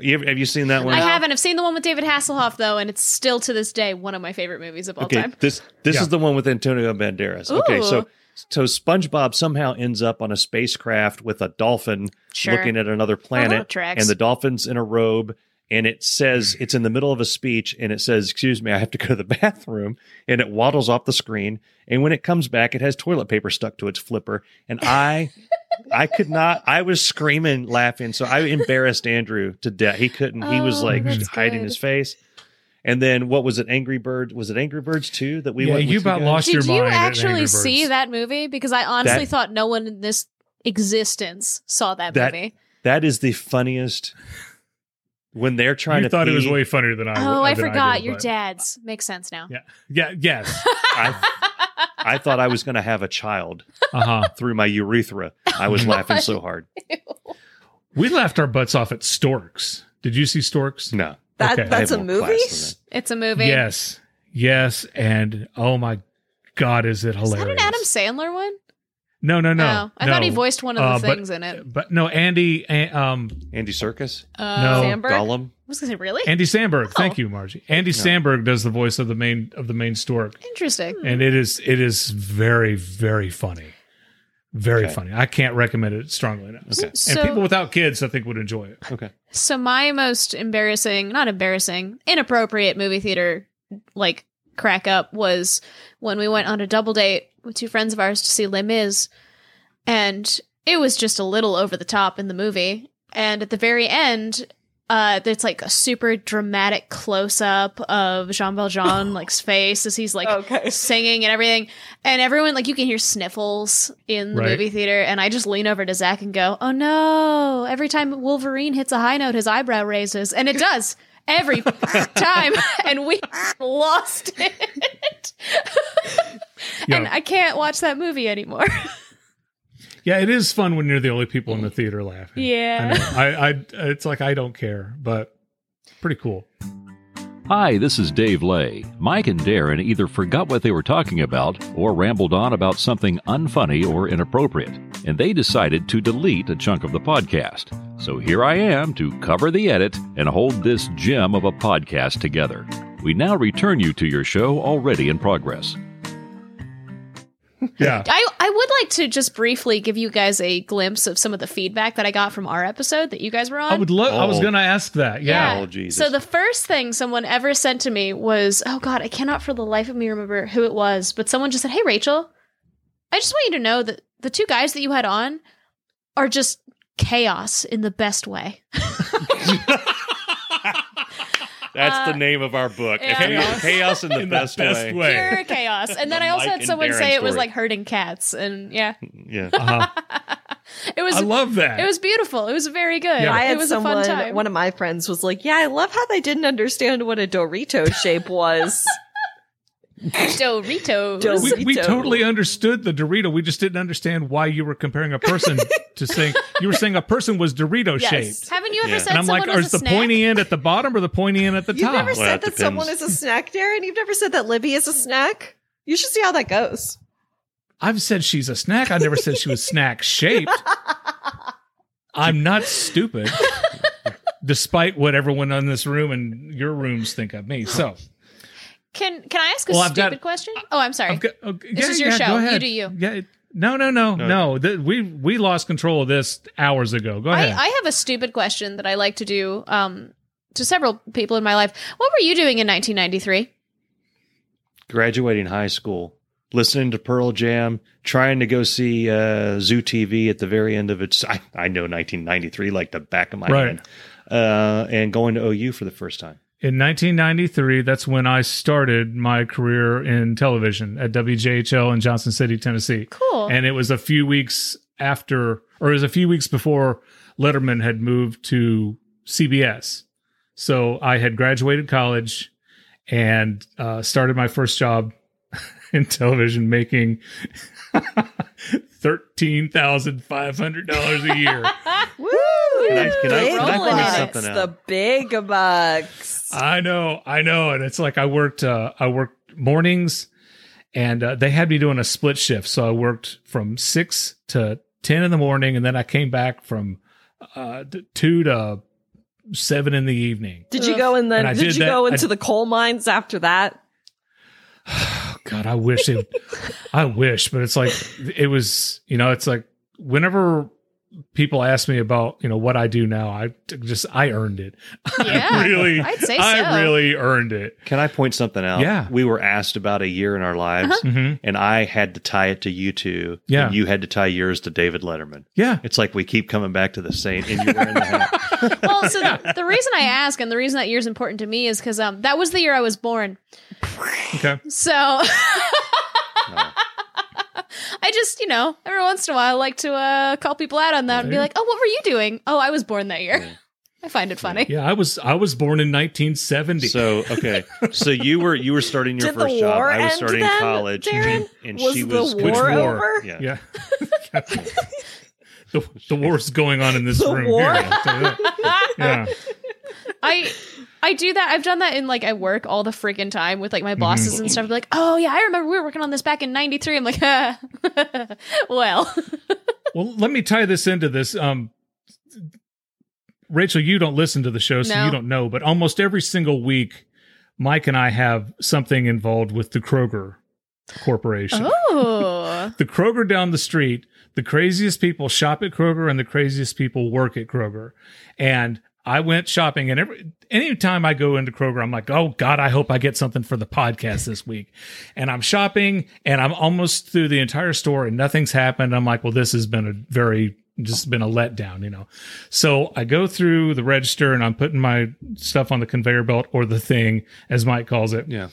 Speaker 3: You- have you seen that one?
Speaker 5: I haven't. I've seen the one with David Hasselhoff though, and it's still to this day one of my favorite movies of all
Speaker 3: Okay,
Speaker 5: time.
Speaker 3: this this
Speaker 2: Yeah.
Speaker 3: is the one with Antonio Banderas. Okay, so
Speaker 5: Ooh.
Speaker 3: so SpongeBob somehow ends up on a spacecraft with a dolphin
Speaker 5: Sure. Oh,
Speaker 3: looking at another planet,
Speaker 5: tracks.
Speaker 3: and the dolphin's in a robe. And it says it's in the middle of a speech, and it says, "Excuse me, I have to go to the bathroom." And it waddles off the screen, and when it comes back, it has toilet paper stuck to its flipper. And I, I could not. I was screaming, laughing. So I embarrassed Andrew to death. He couldn't. he was
Speaker 5: Oh,
Speaker 3: like
Speaker 5: that's
Speaker 3: hiding
Speaker 5: good.
Speaker 3: his face. And then what was it? Angry Birds? Was it Angry Birds too that we
Speaker 2: Yeah,
Speaker 3: went? with
Speaker 2: you about
Speaker 3: guys?
Speaker 2: lost your
Speaker 5: Did you
Speaker 2: mind. at Angry
Speaker 5: actually
Speaker 2: Birds.
Speaker 5: see that movie? Because I honestly
Speaker 3: That-
Speaker 5: thought no one in this existence saw that,
Speaker 3: That-
Speaker 5: movie.
Speaker 3: That is the funniest. When they're trying
Speaker 2: You
Speaker 3: to
Speaker 2: thought it was
Speaker 3: pee,
Speaker 2: way funnier than I.
Speaker 5: Oh, I
Speaker 2: than did,
Speaker 5: forgot. Your
Speaker 2: but-
Speaker 5: dad's makes sense now.
Speaker 2: Yeah. Yeah. Yes.
Speaker 3: I, I thought I was going to have a child
Speaker 2: Uh huh.
Speaker 3: through my urethra. I was laughing so hard.
Speaker 2: We laughed our butts off at Storks. Did you see Storks?
Speaker 3: No,
Speaker 4: That
Speaker 2: Okay.
Speaker 3: I
Speaker 4: that's a
Speaker 3: have more
Speaker 4: movie.
Speaker 3: class
Speaker 5: It's a movie.
Speaker 2: Yes. Yes. And oh my God, is it
Speaker 5: Is
Speaker 2: hilarious?
Speaker 5: that an Adam Sandler one?
Speaker 2: No, no, no.
Speaker 5: Oh, I thought
Speaker 2: no.
Speaker 5: he voiced one of the
Speaker 2: Uh, but-
Speaker 5: things in it.
Speaker 2: But no, Andy, An- um,
Speaker 3: than that. Andy Circus,
Speaker 5: Uh,
Speaker 2: No.
Speaker 5: I
Speaker 4: Sandberg?
Speaker 3: Gollum.
Speaker 5: was gonna say really
Speaker 2: Andy Sandberg. Thank
Speaker 5: Oh.
Speaker 2: you, Margie. Andy Sandberg does the voice of the main of the main stork,
Speaker 5: interesting.
Speaker 2: and it is it is very very funny, very
Speaker 3: Okay.
Speaker 2: funny. I can't recommend it strongly enough.
Speaker 3: Okay.
Speaker 5: So,
Speaker 2: and people without kids, I think, would enjoy it.
Speaker 3: Okay.
Speaker 5: so my most embarrassing, not embarrassing, inappropriate movie theater like crack up was when we went on a double date with two friends of ours to see Les Mis, and it was just a little over the top in the movie. And at the very end, uh, it's like a super dramatic close up of Jean Valjean like face as he's like
Speaker 4: Okay.
Speaker 5: singing and everything. And everyone, like, you can hear sniffles in the
Speaker 2: Right.
Speaker 5: movie theater. And I just lean over to Zach and go, Oh no, every time Wolverine hits a high note, his eyebrow raises. And it does every time. And we lost it.
Speaker 2: Yeah.
Speaker 5: And I can't watch that movie anymore.
Speaker 2: Yeah, it is fun when you're the only people in the theater laughing.
Speaker 5: Yeah.
Speaker 2: I, know. I, I it's like I don't care, but pretty cool.
Speaker 1: Hi, this is Dave Lay. Mike and Darren either forgot what they were talking about or rambled on about something unfunny or inappropriate, and they decided to delete a chunk of the podcast. So here I am to cover the edit and hold this gem of a podcast together. We now return you to your show already in progress.
Speaker 2: Yeah.
Speaker 5: I, I would like to just briefly give you guys a glimpse of some of the feedback that I got from our episode that you guys were on.
Speaker 2: I would love. I was
Speaker 3: Oh.
Speaker 2: gonna ask that. Yeah.
Speaker 3: Yeah. Oh, Jesus.
Speaker 5: So the first thing someone ever sent to me was, oh God, I cannot for the life of me remember who it was, but someone just said, hey, Rachel, I just want you to know that the two guys that you had on are just chaos in the best way.
Speaker 3: That's
Speaker 5: Uh,
Speaker 3: the name of our book.
Speaker 5: yeah.
Speaker 3: Chaos, Chaos in the best, way.
Speaker 5: Pure chaos. And then
Speaker 3: The
Speaker 5: I also
Speaker 3: Mike
Speaker 5: had
Speaker 3: and
Speaker 5: someone
Speaker 3: Darren
Speaker 5: say it was
Speaker 3: story.
Speaker 5: like herding cats. And yeah,
Speaker 3: Yeah.
Speaker 2: Uh-huh.
Speaker 5: it was.
Speaker 2: I love that.
Speaker 5: it was beautiful. It was very good.
Speaker 2: Yeah.
Speaker 4: I had
Speaker 5: it was
Speaker 4: someone.
Speaker 5: a fun time.
Speaker 4: One of my friends was like, "Yeah, I love how they didn't understand what a Dorito shape was."
Speaker 5: Doritos.
Speaker 4: Dor-
Speaker 2: we, we
Speaker 4: Dorito.
Speaker 2: totally understood the Dorito. We just didn't understand why you were comparing a person to saying you were saying a person was Dorito
Speaker 4: Yes.
Speaker 2: shaped.
Speaker 5: Haven't you ever
Speaker 3: Yeah.
Speaker 5: said
Speaker 2: And I'm
Speaker 5: someone
Speaker 2: like,
Speaker 5: was
Speaker 2: is
Speaker 5: a
Speaker 2: the
Speaker 5: snack?
Speaker 2: pointy end at the bottom or the pointy end at the
Speaker 4: You've
Speaker 2: top?
Speaker 4: never
Speaker 3: Well, that
Speaker 4: said that someone is
Speaker 3: depends.
Speaker 4: a snack, Darren. You've never said that Livy is a snack. You should see how that goes.
Speaker 2: I've said she's a snack. I never said she was snack shaped. I'm not stupid, despite what everyone in this room and your rooms think of me. So,
Speaker 5: Can can I ask a
Speaker 2: Well, I've
Speaker 5: stupid
Speaker 2: got-
Speaker 5: question? Oh, I'm sorry.
Speaker 2: I've got- okay,
Speaker 5: This
Speaker 2: yeah,
Speaker 5: is your
Speaker 2: yeah,
Speaker 5: show.
Speaker 2: Go
Speaker 5: You
Speaker 2: ahead.
Speaker 5: do you.
Speaker 2: Yeah, it- no, no, no,
Speaker 3: No.
Speaker 2: no. Th- we we lost control of this hours ago. Go
Speaker 5: I,
Speaker 2: ahead.
Speaker 5: I have a stupid question that I like to do um, to several people in my life. What were you doing in 1993?
Speaker 3: graduating high school, listening to Pearl Jam, trying to go see uh, Zoo TV at the very end of its. I, I know 1993 like the back of my
Speaker 2: Right.
Speaker 3: hand, uh, and going to OU for the first time.
Speaker 2: In 1993, that's when I started my career in television at WJHL in Johnson City, Tennessee.
Speaker 5: Cool.
Speaker 2: And it was a few weeks after, or it was a few weeks before Letterman had moved to CBS. So I had graduated college and uh, started my first job in television, making thirteen thousand five hundred dollars a year.
Speaker 4: Woo!
Speaker 3: I- can I-
Speaker 4: Big
Speaker 5: can I point
Speaker 4: bucks,
Speaker 3: something out?
Speaker 4: The big bucks.
Speaker 2: I know, I know, and it's like I worked. Uh, I worked mornings, and uh, they had me doing a split shift, so I worked from six to ten in the morning, and then I came back from uh, t- two to seven in the evening.
Speaker 4: Did you go in
Speaker 2: And I
Speaker 4: the? Did,
Speaker 2: did
Speaker 4: you
Speaker 2: that-
Speaker 4: go
Speaker 2: I-
Speaker 4: into the coal mines after that?
Speaker 2: Oh, God, I wish it. I wish, but it's like it was. You know, it's like whenever people ask me about you know what I do now, I t- just I earned it.
Speaker 5: Yeah,
Speaker 2: I really,
Speaker 5: I'd say so.
Speaker 2: I really earned it.
Speaker 3: Can I point something out?
Speaker 2: Yeah.
Speaker 3: We were asked about a year in our lives,
Speaker 4: Uh-huh.
Speaker 2: Mm-hmm.
Speaker 3: and I had to tie it to you two.
Speaker 2: Yeah.
Speaker 3: And you had to tie yours to David Letterman.
Speaker 2: Yeah,
Speaker 3: It's like we keep coming back to the same, and you were in the hat.
Speaker 5: well, so the, the reason I ask and the reason that year's important to me is because um, that was the year I was born.
Speaker 2: okay.
Speaker 5: So I just, you know, every once in a while I like to uh, call people out on that and be
Speaker 2: There.
Speaker 5: like, oh, what were you doing? Oh, I was born that year. I find it funny.
Speaker 2: Yeah, I was I was born in 1970.
Speaker 3: So okay, so you were you were starting your
Speaker 4: Did the
Speaker 3: first job.
Speaker 4: war
Speaker 3: I was
Speaker 4: end
Speaker 3: starting
Speaker 4: then,
Speaker 3: college,
Speaker 4: Darren?
Speaker 3: and
Speaker 4: was
Speaker 3: she
Speaker 4: the
Speaker 3: was
Speaker 2: Which
Speaker 4: war,
Speaker 2: war?
Speaker 4: over?
Speaker 3: Yeah.
Speaker 2: yeah. the, the war's going on in this
Speaker 4: The
Speaker 2: room.
Speaker 4: war?
Speaker 2: here, I'll tell you that. yeah.
Speaker 5: I I do that. I've done that in like I work all the freaking time with like
Speaker 2: Mm-hmm.
Speaker 5: my bosses and stuff. Like, oh yeah, I remember we were working on this back in '93. I'm like, ah. well,
Speaker 2: Well, let me tie this into this. Um, Rachel, you don't listen to the show, so
Speaker 5: No.
Speaker 2: you don't know. But almost every single week, Mike and I have something involved with the Kroger Corporation.
Speaker 5: oh,
Speaker 2: the Kroger down the street, the craziest people shop at Kroger and the craziest people work at Kroger. And I went shopping and every anytime I go into Kroger, I'm like, oh God, I hope I get something for the podcast this week. And I'm shopping and I'm almost through the entire store and nothing's happened. I'm like, well, this has been a very just been a letdown, you know. So I go through the register and I'm putting my stuff on the conveyor belt or the thing, as Mike calls it.
Speaker 3: Yeah.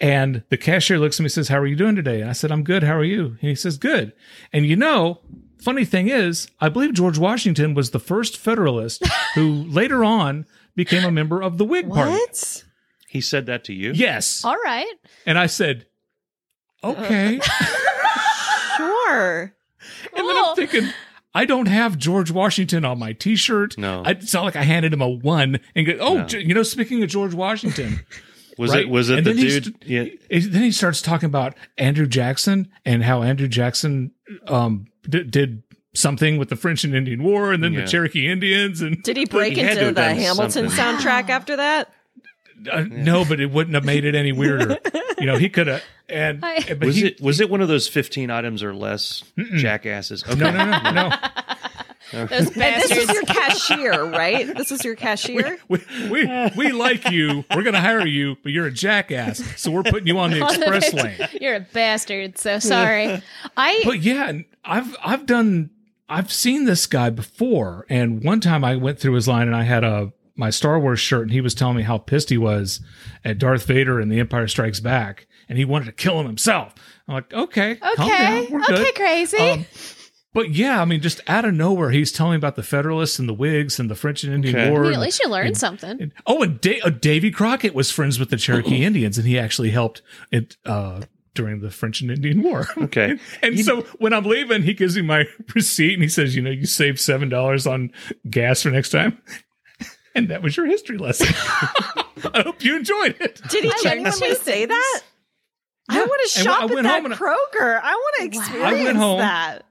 Speaker 2: And the cashier looks at me and says, How are you doing today? And I said, I'm good. How are you? And he says, Good. And you know, funny thing is, I believe George Washington was the first Federalist who later on became a member of the Whig Party.
Speaker 4: What?
Speaker 3: He said that to you.
Speaker 2: Yes.
Speaker 5: all right.
Speaker 2: And I said, Okay.
Speaker 4: Sure.
Speaker 2: And then I'm
Speaker 5: Cool.
Speaker 2: thinking, I don't have George Washington on my t shirt.
Speaker 3: No.
Speaker 2: I, it's not like I handed him a one and go, Oh,
Speaker 3: No.
Speaker 2: J- you know, speaking of George Washington.
Speaker 3: Was
Speaker 2: right?
Speaker 3: it was it
Speaker 2: And
Speaker 3: the
Speaker 2: then he
Speaker 3: dude?
Speaker 2: st-
Speaker 3: yeah.
Speaker 2: he- then he starts talking about Andrew Jackson and how Andrew Jackson um, d- did something with the French and Indian War, and then
Speaker 3: Yeah.
Speaker 2: the Cherokee Indians, and
Speaker 4: Did he
Speaker 3: But
Speaker 4: break
Speaker 3: he had to
Speaker 4: into
Speaker 3: have
Speaker 4: the
Speaker 3: done
Speaker 4: Hamilton
Speaker 5: something.
Speaker 4: soundtrack after that?
Speaker 2: uh, no, but it wouldn't have made it any weirder. you know, he could have. And
Speaker 5: I-
Speaker 2: but
Speaker 3: Was
Speaker 2: he-
Speaker 3: it was it one of those fifteen items or less jackasses? Okay.
Speaker 2: No, no, no, no.
Speaker 5: Those
Speaker 4: And this is
Speaker 5: bastards.
Speaker 4: your cashier, right? This is your cashier.
Speaker 2: We, we we like you. We're gonna hire you, but you're a jackass, so we're putting you on the express lane.
Speaker 5: You're a bastard. So sorry. I
Speaker 2: But yeah, and I've I've done I've seen this guy before, and one time I went through his line and I had a my Star Wars shirt, and he was telling me how pissed he was at Darth Vader and The Empire Strikes Back, and he wanted to kill him himself. I'm like, okay, calm down,
Speaker 5: okay,
Speaker 2: we're good.
Speaker 5: okay, crazy.
Speaker 2: Um, but yeah, I mean, just out of nowhere, he's telling me about the Federalists and the Whigs and the French and Indian
Speaker 3: Okay.
Speaker 2: War.
Speaker 5: I mean,
Speaker 2: and
Speaker 5: at
Speaker 2: the-
Speaker 5: least you learned something.
Speaker 2: and- oh, and da- uh, Davy Crockett was friends with the Cherokee Indians, and he actually helped it uh, during the French and Indian War.
Speaker 3: Okay.
Speaker 2: And so when I'm leaving, he gives me my receipt and he says, "You know, you saved seven dollars on gas for next time." And that was your history lesson. I hope you enjoyed it.
Speaker 4: Did he
Speaker 5: I learned
Speaker 4: genuinely
Speaker 5: two
Speaker 4: say
Speaker 5: things.
Speaker 4: that? I
Speaker 2: Yeah.
Speaker 4: want to
Speaker 2: And I
Speaker 4: shop at
Speaker 2: went
Speaker 4: that
Speaker 2: home and I-
Speaker 4: Kroger. I want to experience
Speaker 2: I went home.
Speaker 4: that.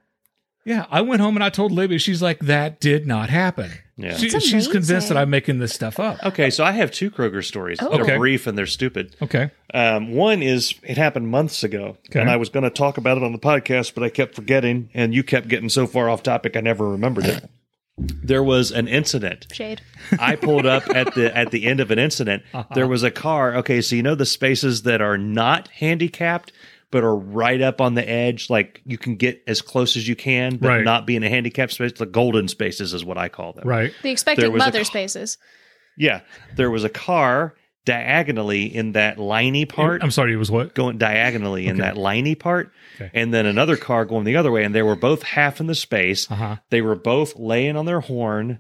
Speaker 2: Yeah, I went home and I told Libby. She's like, "That did not happen."
Speaker 3: Yeah.
Speaker 2: She-
Speaker 5: That's
Speaker 2: she's convinced
Speaker 5: amazing.
Speaker 2: that I'm making this stuff up.
Speaker 3: Okay, so I have two Kroger stories. They're
Speaker 2: Okay.
Speaker 3: brief and they're stupid.
Speaker 2: Okay.
Speaker 3: Um, one is it happened months ago,
Speaker 2: Okay.
Speaker 3: and I was going to talk about it on the podcast, but I kept forgetting, and you kept getting so far off topic, I never remembered it. There was an incident.
Speaker 5: Shade.
Speaker 3: I pulled up at the at the end of an incident.
Speaker 2: Uh-huh.
Speaker 3: There was a car. Okay, so you know the spaces that are not handicapped but are right up on the edge, like you can get as close as you can, but
Speaker 2: Right.
Speaker 3: not be in a handicapped space. The golden spaces is what I call them.
Speaker 2: Right.
Speaker 5: The
Speaker 3: There
Speaker 5: expected
Speaker 3: was a
Speaker 5: mother
Speaker 3: co-
Speaker 5: spaces.
Speaker 3: Yeah. There was a car diagonally in that liney part
Speaker 2: I'm sorry. It was what?
Speaker 3: going diagonally in that liney part,
Speaker 2: Okay.
Speaker 3: and then another car going
Speaker 2: Uh-huh.
Speaker 3: the other way, and they were both half in the space.
Speaker 2: Uh huh.
Speaker 3: They were both laying on their horn,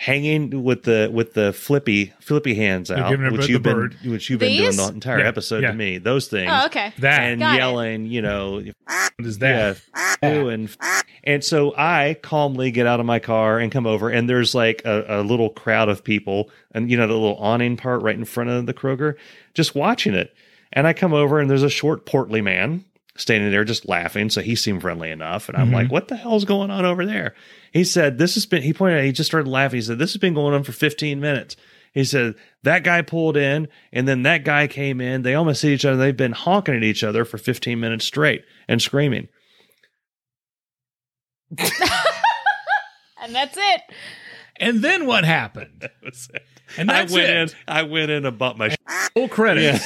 Speaker 3: hanging with the with the flippy flippy hands out,
Speaker 2: giving her
Speaker 3: which
Speaker 2: the
Speaker 3: you've been
Speaker 2: bird.
Speaker 3: which you've been doing
Speaker 5: These?
Speaker 3: the entire
Speaker 2: Yeah,
Speaker 3: episode
Speaker 2: yeah.
Speaker 3: to me. Those things
Speaker 5: Oh, okay.
Speaker 2: That
Speaker 3: and
Speaker 5: Got it.
Speaker 3: yelling, you know,
Speaker 2: What is
Speaker 3: yeah,
Speaker 2: that?
Speaker 3: f- you and f- and so I calmly get out of my car and come over, and there's like a, a little crowd of people, and you know the little awning part right in front of the Kroger, just watching it. And I come over, and there's a short, portly man standing there just laughing. So he seemed friendly enough, and I'm
Speaker 2: Mhm.
Speaker 3: like, "What the hell's going on over there?" He said, "This has been." He pointed. out, He just started laughing. He said, "This has been going on for 15 minutes." He said that guy pulled in, and then that guy came in. They almost hit each other. They've been honking at each other for 15 minutes straight and screaming.
Speaker 5: And that's it.
Speaker 2: And then what happened? And that's
Speaker 3: I went
Speaker 2: it.
Speaker 3: in. I went in and bought my. shit.
Speaker 2: Full credit.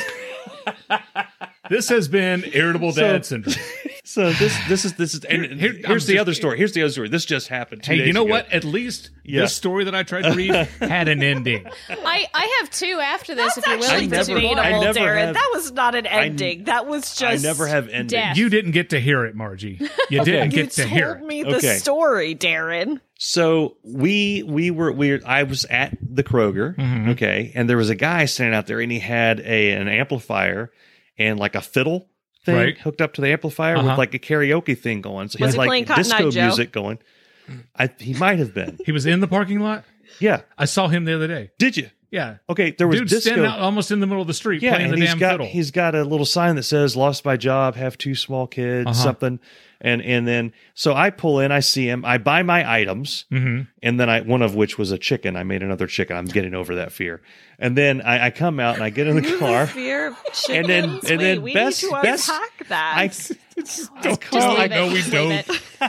Speaker 2: this has been irritable
Speaker 3: So-
Speaker 2: dad syndrome.
Speaker 3: So this this is this is and
Speaker 2: Here- here- I'm
Speaker 3: here's the
Speaker 2: just-
Speaker 3: other story. Here's the other story. This just happened. Two
Speaker 2: Hey, you
Speaker 3: days
Speaker 2: know
Speaker 3: ago.
Speaker 2: what? At least
Speaker 3: Yeah.
Speaker 2: this story that I tried to read had an ending.
Speaker 5: I, I have two after this if you're
Speaker 4: That's
Speaker 5: willing
Speaker 4: actually
Speaker 3: I never-
Speaker 5: to do
Speaker 3: I
Speaker 4: debatable,
Speaker 3: never
Speaker 4: Darren.
Speaker 3: have-
Speaker 4: that was not an
Speaker 3: I-
Speaker 4: ending. that was just.
Speaker 3: I never have endings.
Speaker 5: Death.
Speaker 2: You didn't get to hear it, Margie. You didn't
Speaker 4: You
Speaker 2: get to hear
Speaker 4: told
Speaker 2: it.
Speaker 4: me the
Speaker 3: Okay.
Speaker 4: story, Darren.
Speaker 3: So we we were we I was at the Kroger,
Speaker 2: Mm-hmm.
Speaker 3: okay, and there was a guy standing out there, and he had a an amplifier and like a fiddle thing
Speaker 2: Right.
Speaker 3: hooked up to the amplifier
Speaker 2: Uh-huh.
Speaker 3: with like a karaoke thing going. So he
Speaker 4: Was
Speaker 3: had
Speaker 4: he playing
Speaker 3: like
Speaker 4: Cotton Eye
Speaker 3: disco
Speaker 4: Joe?
Speaker 3: music going. I, he might have been.
Speaker 2: He was in the parking lot.
Speaker 3: Yeah.
Speaker 2: I saw him the other day.
Speaker 3: Did you?
Speaker 2: Yeah.
Speaker 3: Okay. There was
Speaker 2: Dude standing
Speaker 3: disco.
Speaker 2: out almost in the middle of the street
Speaker 3: yeah,
Speaker 2: playing
Speaker 3: and
Speaker 2: the
Speaker 3: he's
Speaker 2: damn
Speaker 3: got
Speaker 2: fiddle.
Speaker 3: he's got a little sign that says "Lost my job, have two small kids,
Speaker 2: Uh-huh.
Speaker 3: something." And and then so I pull in, I see him, I buy my items,
Speaker 2: Mhm.
Speaker 3: and then I one of which was a chicken. I made another chicken. I'm getting over that fear. And then I, I come out and I get in the car.
Speaker 4: Fear of
Speaker 3: And then-
Speaker 4: chickens.
Speaker 3: and then
Speaker 4: we, we
Speaker 3: Best-
Speaker 4: need to
Speaker 3: Best-
Speaker 4: unpack that.
Speaker 3: I I
Speaker 5: Just
Speaker 3: call,
Speaker 5: leave
Speaker 3: I,
Speaker 5: it.
Speaker 2: know we
Speaker 5: Just leave
Speaker 2: don't.
Speaker 5: it.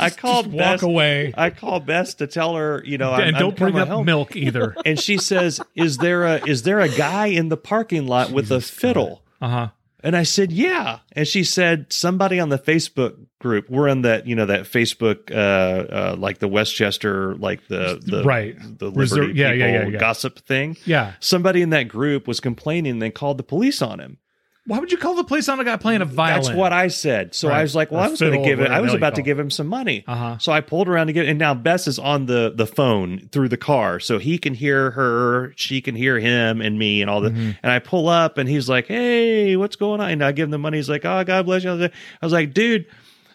Speaker 3: I called
Speaker 2: Walk
Speaker 3: Bess.
Speaker 2: away.
Speaker 3: I call Bess to tell her, you know, I'm,
Speaker 2: and
Speaker 3: I'm
Speaker 2: don't bring
Speaker 3: coming
Speaker 2: up
Speaker 3: home.
Speaker 2: milk either.
Speaker 3: And she says, "Is there a is there a guy in the parking lot with a fiddle?"
Speaker 2: Uh huh.
Speaker 3: And I said, "Yeah." And she said, "Somebody on the Facebook group. We're in that, you know, that Facebook, uh, uh like the Westchester, like the the
Speaker 2: Right.
Speaker 3: the
Speaker 2: Reserve-
Speaker 3: Liberty
Speaker 2: yeah, yeah,
Speaker 3: people
Speaker 2: yeah, yeah.
Speaker 3: gossip thing.
Speaker 2: Yeah.
Speaker 3: Somebody in that group was complaining. and They called the police on him.
Speaker 2: Why would you call the police on a guy playing a violin?
Speaker 3: That's what I said. So
Speaker 2: Right.
Speaker 3: I was like, "Well,
Speaker 2: Or
Speaker 3: I was going
Speaker 2: fiddle,
Speaker 3: to give it. I
Speaker 2: whatever the
Speaker 3: was
Speaker 2: hell you
Speaker 3: about to
Speaker 2: call
Speaker 3: give him some money."
Speaker 2: Uh-huh.
Speaker 3: So I pulled around to get, and now Bess is on the the phone through the car, so he can hear her, she can hear him, and me, and all the.
Speaker 2: Mm-hmm.
Speaker 3: And I pull up, and he's like, "Hey, what's going on?" And I give him the money. He's like, "Oh, God bless you." I was like, "Dude."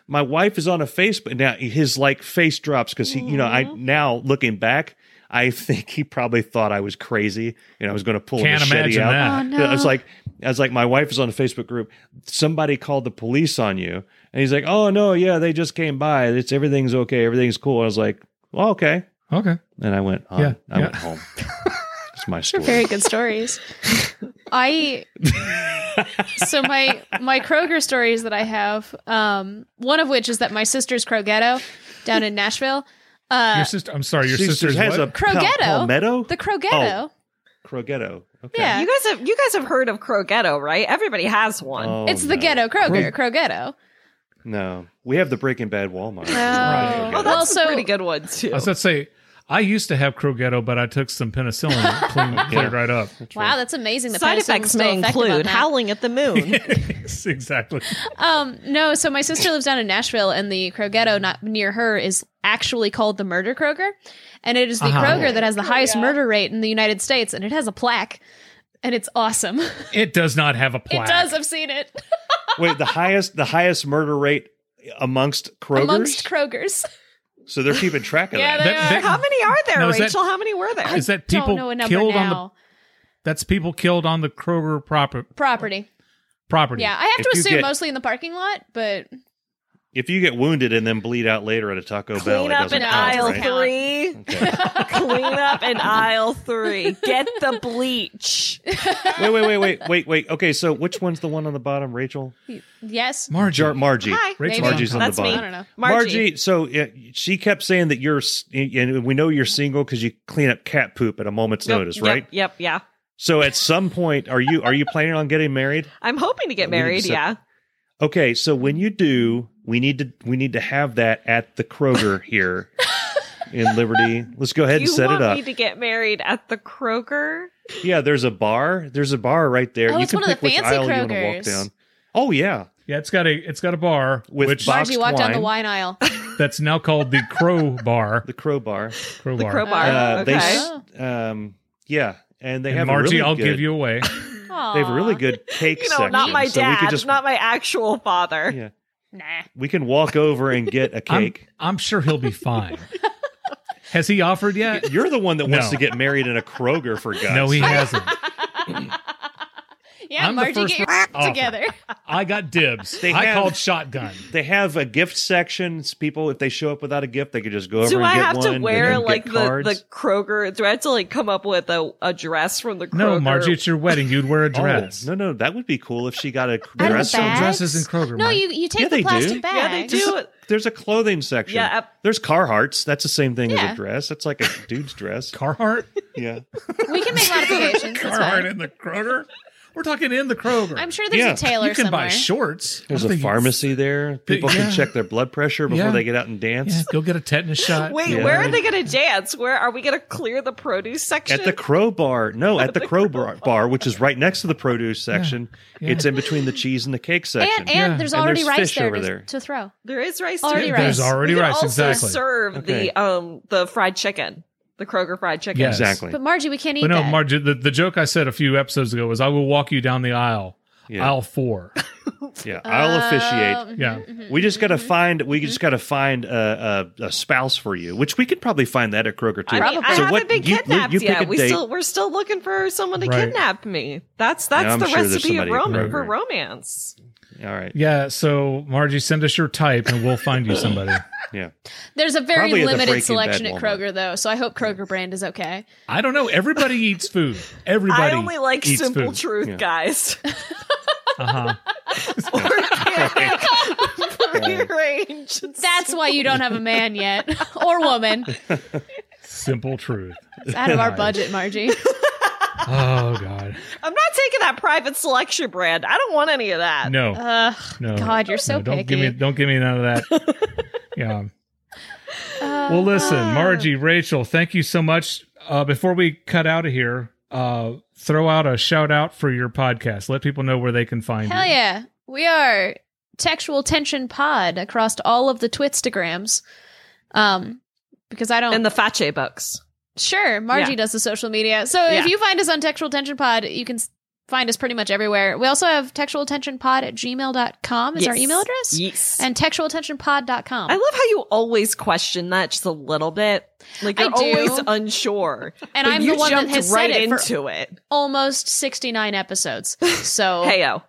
Speaker 3: My wife is on a Facebook now. His like face drops because he, you know, I now looking back, I think he probably thought I was crazy and I was going to pull a
Speaker 2: Can't
Speaker 3: machete
Speaker 2: imagine
Speaker 3: out.
Speaker 2: that.
Speaker 5: Oh,
Speaker 3: Yeah, I was
Speaker 5: no.
Speaker 3: like, I was like, my wife is on a Facebook group. Somebody called the police on you, and he's like, oh no, yeah, they just came by. It's everything's okay, everything's cool. I was like, well, okay,
Speaker 5: Um,
Speaker 2: Okay.
Speaker 3: and I went, on.
Speaker 2: Yeah,
Speaker 3: I
Speaker 2: yeah.
Speaker 3: went home. It's my
Speaker 5: They're
Speaker 3: story.
Speaker 5: very good stories. I so my my Kroger stories that I have, um, one of which is that my sister's Krogetto down in Nashville. Uh,
Speaker 2: Your sister. I'm sorry. Your
Speaker 3: She- she
Speaker 2: sister's
Speaker 3: has
Speaker 2: what?
Speaker 3: a pal-
Speaker 5: Crogetto?
Speaker 3: palmetto,
Speaker 5: the Krogetto.
Speaker 3: Crogetto. Oh, Okay.
Speaker 5: Yeah.
Speaker 4: you guys have you guys have heard of Crogetto, right? Everybody has one.
Speaker 3: Oh,
Speaker 5: it's the
Speaker 3: no.
Speaker 5: ghetto Kroger, Krogetto.
Speaker 3: No, we have the Breaking Bad Walmart.
Speaker 5: Right.
Speaker 4: Oh,
Speaker 5: Well,
Speaker 4: that's
Speaker 5: that-
Speaker 4: a
Speaker 5: so-
Speaker 4: pretty good one too.
Speaker 2: I was about to say, I used to have Crogetto, but I took some penicillin and it cleaned, cleared right up.
Speaker 5: Wow, that's amazing. The
Speaker 4: Side effects may include howling at the moon.
Speaker 2: exactly.
Speaker 5: Um, no, so my sister lives down in Nashville, and the Krogetto not near her is actually called the Murder Kroger, and it is the
Speaker 2: Uh-huh.
Speaker 5: Kroger that has the
Speaker 4: Oh,
Speaker 5: highest murder rate in the United States, and it has a plaque, and it's awesome.
Speaker 2: It does not have a plaque.
Speaker 5: It does. I've seen it
Speaker 3: Wait, the highest, the highest murder rate amongst Krogers.
Speaker 5: amongst Krogers.
Speaker 3: so they're keeping track of
Speaker 5: Yeah,
Speaker 3: that.
Speaker 5: they
Speaker 2: That-
Speaker 5: are.
Speaker 2: that-
Speaker 4: How many are there,
Speaker 2: No, is that-
Speaker 4: Rachel? How many were there?
Speaker 2: Is that
Speaker 5: Don't
Speaker 2: people
Speaker 5: know a number
Speaker 2: killed on
Speaker 5: now.
Speaker 2: the? That's people killed on the Kroger proper,
Speaker 5: Property.
Speaker 2: property.
Speaker 5: Yeah, I have
Speaker 3: If
Speaker 5: to
Speaker 3: you
Speaker 5: assume
Speaker 3: get-
Speaker 5: mostly in the parking lot, but
Speaker 3: If you get wounded and then bleed out later at a Taco Bell,
Speaker 4: Clean
Speaker 3: it
Speaker 4: up
Speaker 3: doesn't
Speaker 4: in
Speaker 3: count,
Speaker 4: aisle
Speaker 3: right?
Speaker 4: three.
Speaker 3: Okay.
Speaker 4: Clean up in aisle three. Get the bleach.
Speaker 3: wait, wait, wait, wait, wait, wait. Okay, so which one's the one on the bottom, Rachel?
Speaker 5: yes.
Speaker 2: Margie.
Speaker 3: Jar- Margie.
Speaker 4: Hi.
Speaker 2: Rachel
Speaker 5: Maybe.
Speaker 3: Margie's on
Speaker 4: That's
Speaker 3: the
Speaker 4: me.
Speaker 5: I
Speaker 3: bottom.
Speaker 5: don't know.
Speaker 4: Margie.
Speaker 3: so uh, she kept saying that you're, s- and we know you're single because you clean up cat poop at a moment's
Speaker 4: Yep,
Speaker 3: notice,
Speaker 4: yep,
Speaker 3: right?
Speaker 4: Yep, yeah.
Speaker 3: So at some point, are you are you planning on getting married?
Speaker 4: I'm hoping to get
Speaker 3: We need to
Speaker 4: married,
Speaker 3: set-
Speaker 4: yeah.
Speaker 3: Okay, so when you do, we need to we need to have that at the Kroger here in Liberty. Let's go ahead
Speaker 4: You
Speaker 3: and set
Speaker 4: want
Speaker 3: it up.
Speaker 4: me to get married at the Kroger?
Speaker 3: Yeah, there's a bar. There's a bar right there.
Speaker 5: Oh,
Speaker 3: you
Speaker 5: it's
Speaker 3: can
Speaker 5: one of
Speaker 3: pick
Speaker 5: the
Speaker 3: which
Speaker 5: fancy
Speaker 3: aisle you want to walk
Speaker 5: Krogers.
Speaker 3: down. Oh yeah,
Speaker 2: Yeah, it's got a it's got a bar
Speaker 3: With
Speaker 2: which
Speaker 3: bo-
Speaker 5: Margie
Speaker 3: Boxed
Speaker 5: walked down the
Speaker 3: wine.
Speaker 5: wine aisle.
Speaker 2: that's now called the Crow Bar.
Speaker 3: the crowbar.
Speaker 2: Crow
Speaker 4: The
Speaker 2: Bar.
Speaker 4: crowbar.
Speaker 3: Uh, They,
Speaker 4: Ah, okay.
Speaker 3: s- um, yeah, and they
Speaker 2: And
Speaker 3: have a
Speaker 2: Margie,
Speaker 3: really
Speaker 2: I'll
Speaker 3: good-
Speaker 2: give you away.
Speaker 5: Aw.
Speaker 3: They have a really good cake
Speaker 4: you know,
Speaker 3: section.
Speaker 4: not my
Speaker 3: so we
Speaker 4: dad,
Speaker 3: could just
Speaker 4: not my actual father.
Speaker 3: yeah,
Speaker 5: Nah.
Speaker 3: we can walk over and get a cake.
Speaker 2: I'm sure he'll be fine. Has he offered yet?
Speaker 3: You're the one that wants
Speaker 2: No.
Speaker 3: to get married in a Kroger for God's
Speaker 2: No, he
Speaker 3: sake.
Speaker 2: hasn't.
Speaker 5: Yeah,
Speaker 2: I'm the
Speaker 5: Margie,
Speaker 2: first
Speaker 5: get your
Speaker 2: one-
Speaker 5: act together.
Speaker 2: I got dibs.
Speaker 3: They
Speaker 2: I
Speaker 3: have-
Speaker 2: called shotgun.
Speaker 3: They have a gift section. It's People, if they show up without a gift, they could just go over
Speaker 4: Do
Speaker 3: and
Speaker 4: I
Speaker 3: get
Speaker 4: have
Speaker 3: one.
Speaker 4: to
Speaker 3: They
Speaker 4: wear
Speaker 3: can get
Speaker 4: like the,
Speaker 3: cards.
Speaker 4: the Kroger? Do I have to like come up with a, a dress from the Kroger?
Speaker 2: No, Margie, it's your wedding. You'd wear a
Speaker 3: Oh,
Speaker 2: dress.
Speaker 3: no, no, that would be cool if she got a
Speaker 5: Out
Speaker 3: dress.
Speaker 5: of the
Speaker 2: Dress-
Speaker 5: bag?
Speaker 3: From,
Speaker 2: dresses in Kroger.
Speaker 5: No,
Speaker 2: Mike.
Speaker 5: you you take
Speaker 3: Yeah,
Speaker 5: the
Speaker 3: they do.
Speaker 5: plastic
Speaker 3: Yeah, they
Speaker 5: bag.
Speaker 4: do.
Speaker 3: there's, a, there's a clothing section.
Speaker 4: Yeah, ab-
Speaker 3: there's Carhartts. That's the same thing as
Speaker 5: Yeah.
Speaker 3: a dress. That's like a dude's dress.
Speaker 2: Carhartt.
Speaker 3: yeah,
Speaker 5: We can make modifications. That's
Speaker 2: Carhartt
Speaker 5: fine.
Speaker 2: in the Kroger. We're talking in the Kroger.
Speaker 5: I'm sure there's
Speaker 3: Yeah.
Speaker 5: a tailor
Speaker 2: you can
Speaker 5: somewhere.
Speaker 2: buy shorts. I
Speaker 3: there's
Speaker 2: don't
Speaker 3: a
Speaker 2: think you-
Speaker 3: pharmacy there. People
Speaker 2: yeah.
Speaker 3: can check their blood pressure before
Speaker 2: Yeah.
Speaker 3: they get out and dance.
Speaker 2: Yeah, go get a tetanus shot.
Speaker 4: Wait,
Speaker 3: Yeah.
Speaker 4: where are they going to dance? Where are we going to clear the produce section?
Speaker 3: At the crowbar, no, at the crowbar bar, which is right next to the produce section.
Speaker 2: Yeah.
Speaker 3: It's in between the cheese and the cake section.
Speaker 5: And and
Speaker 2: Yeah.
Speaker 5: there's
Speaker 3: And
Speaker 5: already
Speaker 3: there's
Speaker 5: rice
Speaker 3: fish
Speaker 5: there
Speaker 3: over
Speaker 5: to,
Speaker 3: there.
Speaker 5: to throw.
Speaker 4: there is rice.
Speaker 5: Already
Speaker 4: too.
Speaker 5: rice.
Speaker 2: There's already
Speaker 4: we could
Speaker 2: rice.
Speaker 4: Also
Speaker 2: Exactly.
Speaker 4: serve
Speaker 3: Okay.
Speaker 4: the um the fried chicken, the Kroger fried chicken.
Speaker 2: Yes.
Speaker 3: exactly.
Speaker 5: But Margie, we can't eat
Speaker 2: But no,
Speaker 5: that.
Speaker 2: Margie, the, the joke I said a few episodes ago was I will walk you down the aisle,
Speaker 3: Yeah.
Speaker 2: aisle four.
Speaker 3: yeah, I'll officiate.
Speaker 5: Um,
Speaker 2: Yeah.
Speaker 3: We just gotta find. We just gotta find a, a, a spouse for you, which we could probably find that at Kroger too.
Speaker 4: I, mean, I
Speaker 3: So
Speaker 4: haven't
Speaker 3: what-
Speaker 4: been
Speaker 3: you- you-
Speaker 4: kidnapped
Speaker 3: you pick a
Speaker 4: yet. We
Speaker 3: date.
Speaker 4: still we're still looking for someone to
Speaker 2: Right.
Speaker 4: kidnap me. That's that's
Speaker 3: I'm
Speaker 4: the
Speaker 3: sure there's
Speaker 4: recipe of
Speaker 3: somebody
Speaker 4: rom-
Speaker 3: at
Speaker 4: for
Speaker 3: Kroger.
Speaker 4: romance.
Speaker 3: All right.
Speaker 2: Yeah. So Margie, send us your type and we'll find you somebody.
Speaker 3: Yeah.
Speaker 5: There's a very
Speaker 3: Probably at the Breaking
Speaker 5: limited
Speaker 3: Bad
Speaker 5: selection at
Speaker 3: Walmart.
Speaker 5: Kroger though, so I hope Kroger brand is okay.
Speaker 2: I don't know. Everybody eats food. Everybody.
Speaker 4: I only like
Speaker 2: eats
Speaker 4: simple
Speaker 2: food.
Speaker 4: truth,
Speaker 3: Yeah.
Speaker 4: guys.
Speaker 2: Uh-huh.
Speaker 4: Rearrange.
Speaker 5: That's why you don't have a man yet or woman.
Speaker 2: Simple truth.
Speaker 5: It's out of our budget, Margie.
Speaker 2: Oh God.
Speaker 4: I'm not taking that private selection brand. I don't want any of that.
Speaker 2: No.
Speaker 5: Ugh,
Speaker 2: no.
Speaker 5: God, you're so
Speaker 2: Oh. no, don't Give me,
Speaker 5: picky.
Speaker 2: don't give me none of that. yeah.
Speaker 5: Uh,
Speaker 2: well, listen,
Speaker 5: Uh-huh.
Speaker 2: Margie, Rachel, thank you so much. Uh, before we cut out of here, uh, throw out a shout out for your podcast. Let people know where they can find
Speaker 5: Hell
Speaker 2: you.
Speaker 5: yeah. We are Textual Tension Pod across all of the Twitstagrams. Um, because I don't
Speaker 4: And the Fache books.
Speaker 5: Sure, Margie
Speaker 4: Yeah.
Speaker 5: does the social media. So
Speaker 4: Yeah.
Speaker 5: if you find us on Textual Tension Pod, you can s- find us pretty much everywhere. We also have textual tension pod at gmail.com is our
Speaker 4: Yes.
Speaker 5: email address.
Speaker 4: Yes.
Speaker 5: And textualtensionpod.com.
Speaker 4: I love how you always question that just a little bit. Like
Speaker 5: I
Speaker 4: you're
Speaker 5: do.
Speaker 4: always unsure.
Speaker 5: and
Speaker 4: But
Speaker 5: I'm
Speaker 4: you
Speaker 5: the one that
Speaker 4: jumped
Speaker 5: has
Speaker 4: right
Speaker 5: said it for
Speaker 4: into it.
Speaker 5: almost 69 episodes. So hey,
Speaker 4: Heyo.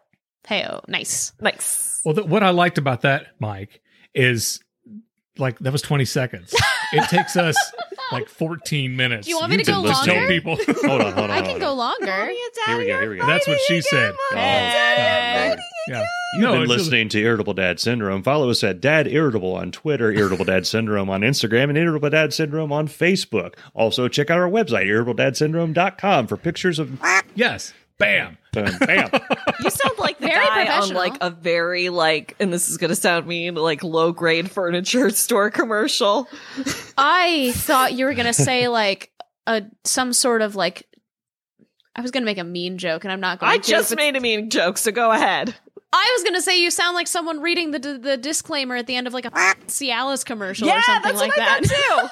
Speaker 5: oh, nice.
Speaker 4: Nice.
Speaker 2: Well, th- what I liked about that, Mike, is like that was 20 seconds. It takes us like 14 minutes.
Speaker 5: Do you want me to go
Speaker 3: can
Speaker 2: just
Speaker 3: listen.
Speaker 2: tell
Speaker 5: longer?
Speaker 2: people.
Speaker 3: Hold on. Hold on.
Speaker 5: I
Speaker 3: hold
Speaker 5: can
Speaker 3: on.
Speaker 5: go longer.
Speaker 3: Here we go. Here we go. Oh.
Speaker 2: That's what she said.
Speaker 5: Hey.
Speaker 3: Lord.
Speaker 2: Yeah.
Speaker 3: You've
Speaker 2: No,
Speaker 3: been
Speaker 2: it's-
Speaker 3: listening to Irritable Dad Syndrome. Follow us at Dad Irritable on Twitter, Irritable Dad Syndrome on Instagram, and Irritable Dad Syndrome on Facebook. Also, check out our website, irritabledadsyndrome.com, for pictures of.
Speaker 2: Yes. Bam.
Speaker 3: Bam, bam.
Speaker 4: You sound like the
Speaker 5: Very
Speaker 4: guy on
Speaker 5: professional.
Speaker 4: like a very like, and this is gonna sound mean, like low grade furniture store commercial.
Speaker 5: I thought you were going to say like a some sort of like I was going to make a mean joke and I'm not going
Speaker 4: I
Speaker 5: to.
Speaker 4: just
Speaker 5: but-
Speaker 4: made a mean joke, so go ahead.
Speaker 5: I was gonna say you sound like someone reading the the disclaimer at the end of like a Cialis commercial or something like that.
Speaker 4: thought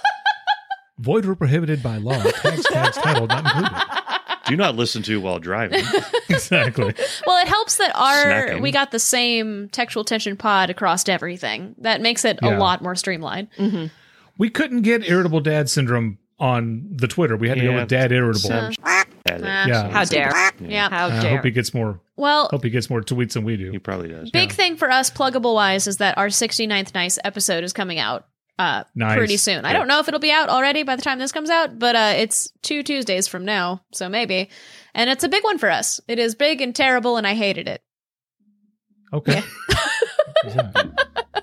Speaker 2: Void were prohibited by law. Tags, tags, title not included.
Speaker 3: Do not listen to while driving.
Speaker 2: Exactly.
Speaker 5: well, it helps that our
Speaker 3: Snacking.
Speaker 5: we got the same textual tension pod across everything. That makes it
Speaker 2: Yeah.
Speaker 5: a lot more streamlined.
Speaker 4: too. Mhm.
Speaker 2: We couldn't get irritable dad syndrome on the Twitter. We had to go
Speaker 3: Yeah,
Speaker 2: with dad irritable.
Speaker 3: Some at it.
Speaker 5: Yeah.
Speaker 2: Yeah.
Speaker 4: How dare?
Speaker 5: Yeah.
Speaker 4: How
Speaker 2: I
Speaker 4: dare?
Speaker 2: hope he gets more.
Speaker 5: Well,
Speaker 2: Hope he gets more tweets than we do.
Speaker 3: He probably does.
Speaker 5: big thing for us pluggable wise is that our 69th nice episode is coming out uh
Speaker 2: Nice.
Speaker 5: pretty soon. I
Speaker 3: Yeah.
Speaker 5: don't know if it'll be out already by the time this comes out, but uh it's two Tuesdays from now, so maybe. And it's a big one for us. It is big and terrible and I hated it.
Speaker 2: Okay. Yeah.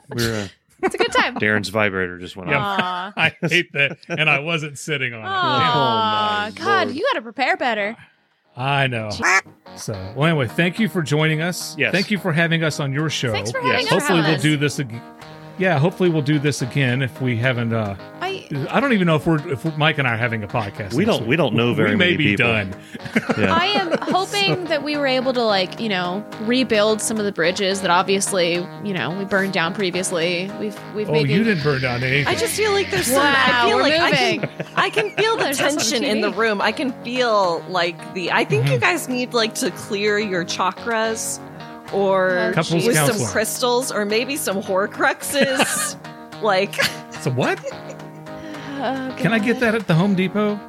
Speaker 3: We're, uh,
Speaker 5: It's a good time.
Speaker 3: Darren's vibrator just went
Speaker 2: Yeah. Oh,
Speaker 3: off.
Speaker 5: Aw.
Speaker 2: I hate that, and I wasn't sitting on it. Damn.
Speaker 5: Aw,
Speaker 3: my
Speaker 5: God,
Speaker 3: Lord.
Speaker 5: you got to prepare better.
Speaker 2: I know. So, well, anyway, thank you for joining us.
Speaker 3: Yes.
Speaker 2: Thank you for having us on your show.
Speaker 5: Thanks for
Speaker 3: Yes.
Speaker 5: having us.
Speaker 2: hopefully
Speaker 5: on
Speaker 2: we'll
Speaker 5: this.
Speaker 2: do this again. Yeah, hopefully we'll do this again if we haven't. uh
Speaker 5: I
Speaker 2: I don't even know if we're if we're, Mike and I are having a podcast.
Speaker 3: We
Speaker 2: next
Speaker 3: don't-
Speaker 2: week.
Speaker 3: we don't know very
Speaker 2: we may
Speaker 3: many
Speaker 2: be
Speaker 3: people.
Speaker 2: done.
Speaker 3: Yeah.
Speaker 5: I am hoping that we were able to, like, you know, rebuild some of the bridges that obviously, you know, we burned down previously. We've we've
Speaker 2: Oh,
Speaker 5: maybe
Speaker 2: you didn't burn down anything.
Speaker 4: I just feel like there's some.
Speaker 5: Wow,
Speaker 4: I feel
Speaker 5: we're
Speaker 4: like I
Speaker 5: moving.
Speaker 4: can, I can feel the
Speaker 5: There's us on
Speaker 4: tension in the
Speaker 5: TV.
Speaker 4: room. I can feel like the. I think
Speaker 2: Mm-hmm.
Speaker 4: you guys need like to clear your chakras, or
Speaker 2: Couples
Speaker 4: with some
Speaker 2: counseling.
Speaker 4: crystals, or maybe some Horcruxes. like
Speaker 2: so what?
Speaker 5: Oh,
Speaker 2: Can I get
Speaker 5: God.
Speaker 2: that at the Home Depot?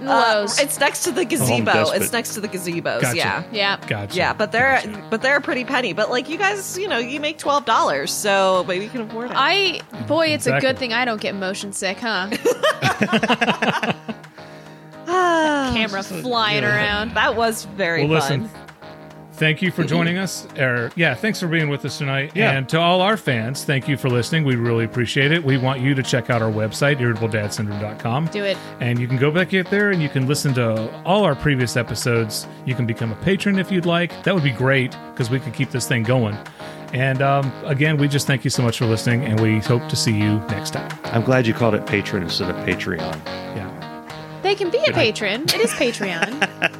Speaker 4: uh,
Speaker 5: Lowe's.
Speaker 4: it's next to the gazebo.
Speaker 3: despot.
Speaker 4: It's next to the gazebos.
Speaker 2: Gotcha.
Speaker 4: Yeah.
Speaker 5: yeah.
Speaker 2: Gotcha.
Speaker 4: Yeah, but they're
Speaker 2: Gotcha.
Speaker 4: but they're a pretty penny. But like you guys, you know, you make twelve dollars, so maybe you can afford it.
Speaker 5: I boy, it's a
Speaker 2: Exactly.
Speaker 5: good thing I don't get motion sick, huh?
Speaker 4: Ah,
Speaker 5: Camera flying
Speaker 2: yeah.
Speaker 5: around.
Speaker 4: That was very
Speaker 2: Well,
Speaker 4: fun.
Speaker 2: listen. Thank you for joining us. Er, yeah, thanks for being with us tonight.
Speaker 3: Yeah.
Speaker 2: And to all our fans, thank you for listening. We really appreciate it. We want you to check out our website, irritabledadsyndrome.com.
Speaker 5: Do it.
Speaker 2: And you can go back out there and you can listen to all our previous episodes. You can become a patron if you'd like. That would be great because we could keep this thing going. And um, again, we just thank you so much for listening and we hope to see you next time.
Speaker 3: I'm glad you called it patron instead of Patreon.
Speaker 2: Yeah.
Speaker 5: They can be a patron. It is Patreon.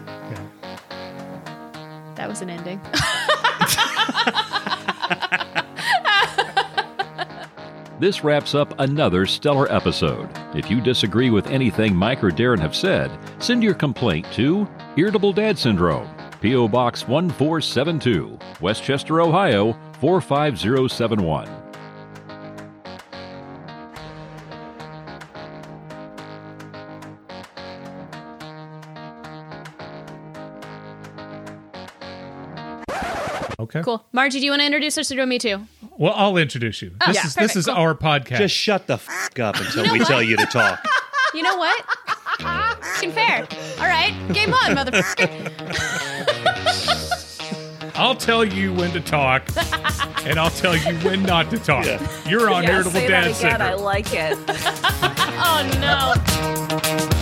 Speaker 5: That was an ending.
Speaker 1: This wraps up another stellar episode. If you disagree with anything Mike or Darren have said, send your complaint to Irritable Dad Syndrome, P.O. Box 1472, Westchester, Ohio 45071.
Speaker 2: Okay.
Speaker 5: Cool. Margie, do you want to introduce us or do me too?
Speaker 2: Well, I'll introduce you. this
Speaker 5: Oh, yeah,
Speaker 2: is this
Speaker 5: perfect,
Speaker 2: is
Speaker 5: cool.
Speaker 2: our podcast.
Speaker 3: Just shut the f- up until we tell you to talk.
Speaker 5: You know what? Fucking fair. All right. Game on, motherfucker.
Speaker 2: I'll tell you when to talk, and I'll tell you when not to talk. You're on
Speaker 4: Yeah,
Speaker 2: irritable
Speaker 4: say
Speaker 2: dad
Speaker 4: that again.
Speaker 2: syndrome.
Speaker 4: I like it.
Speaker 5: Oh, no.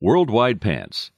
Speaker 1: Worldwide Pants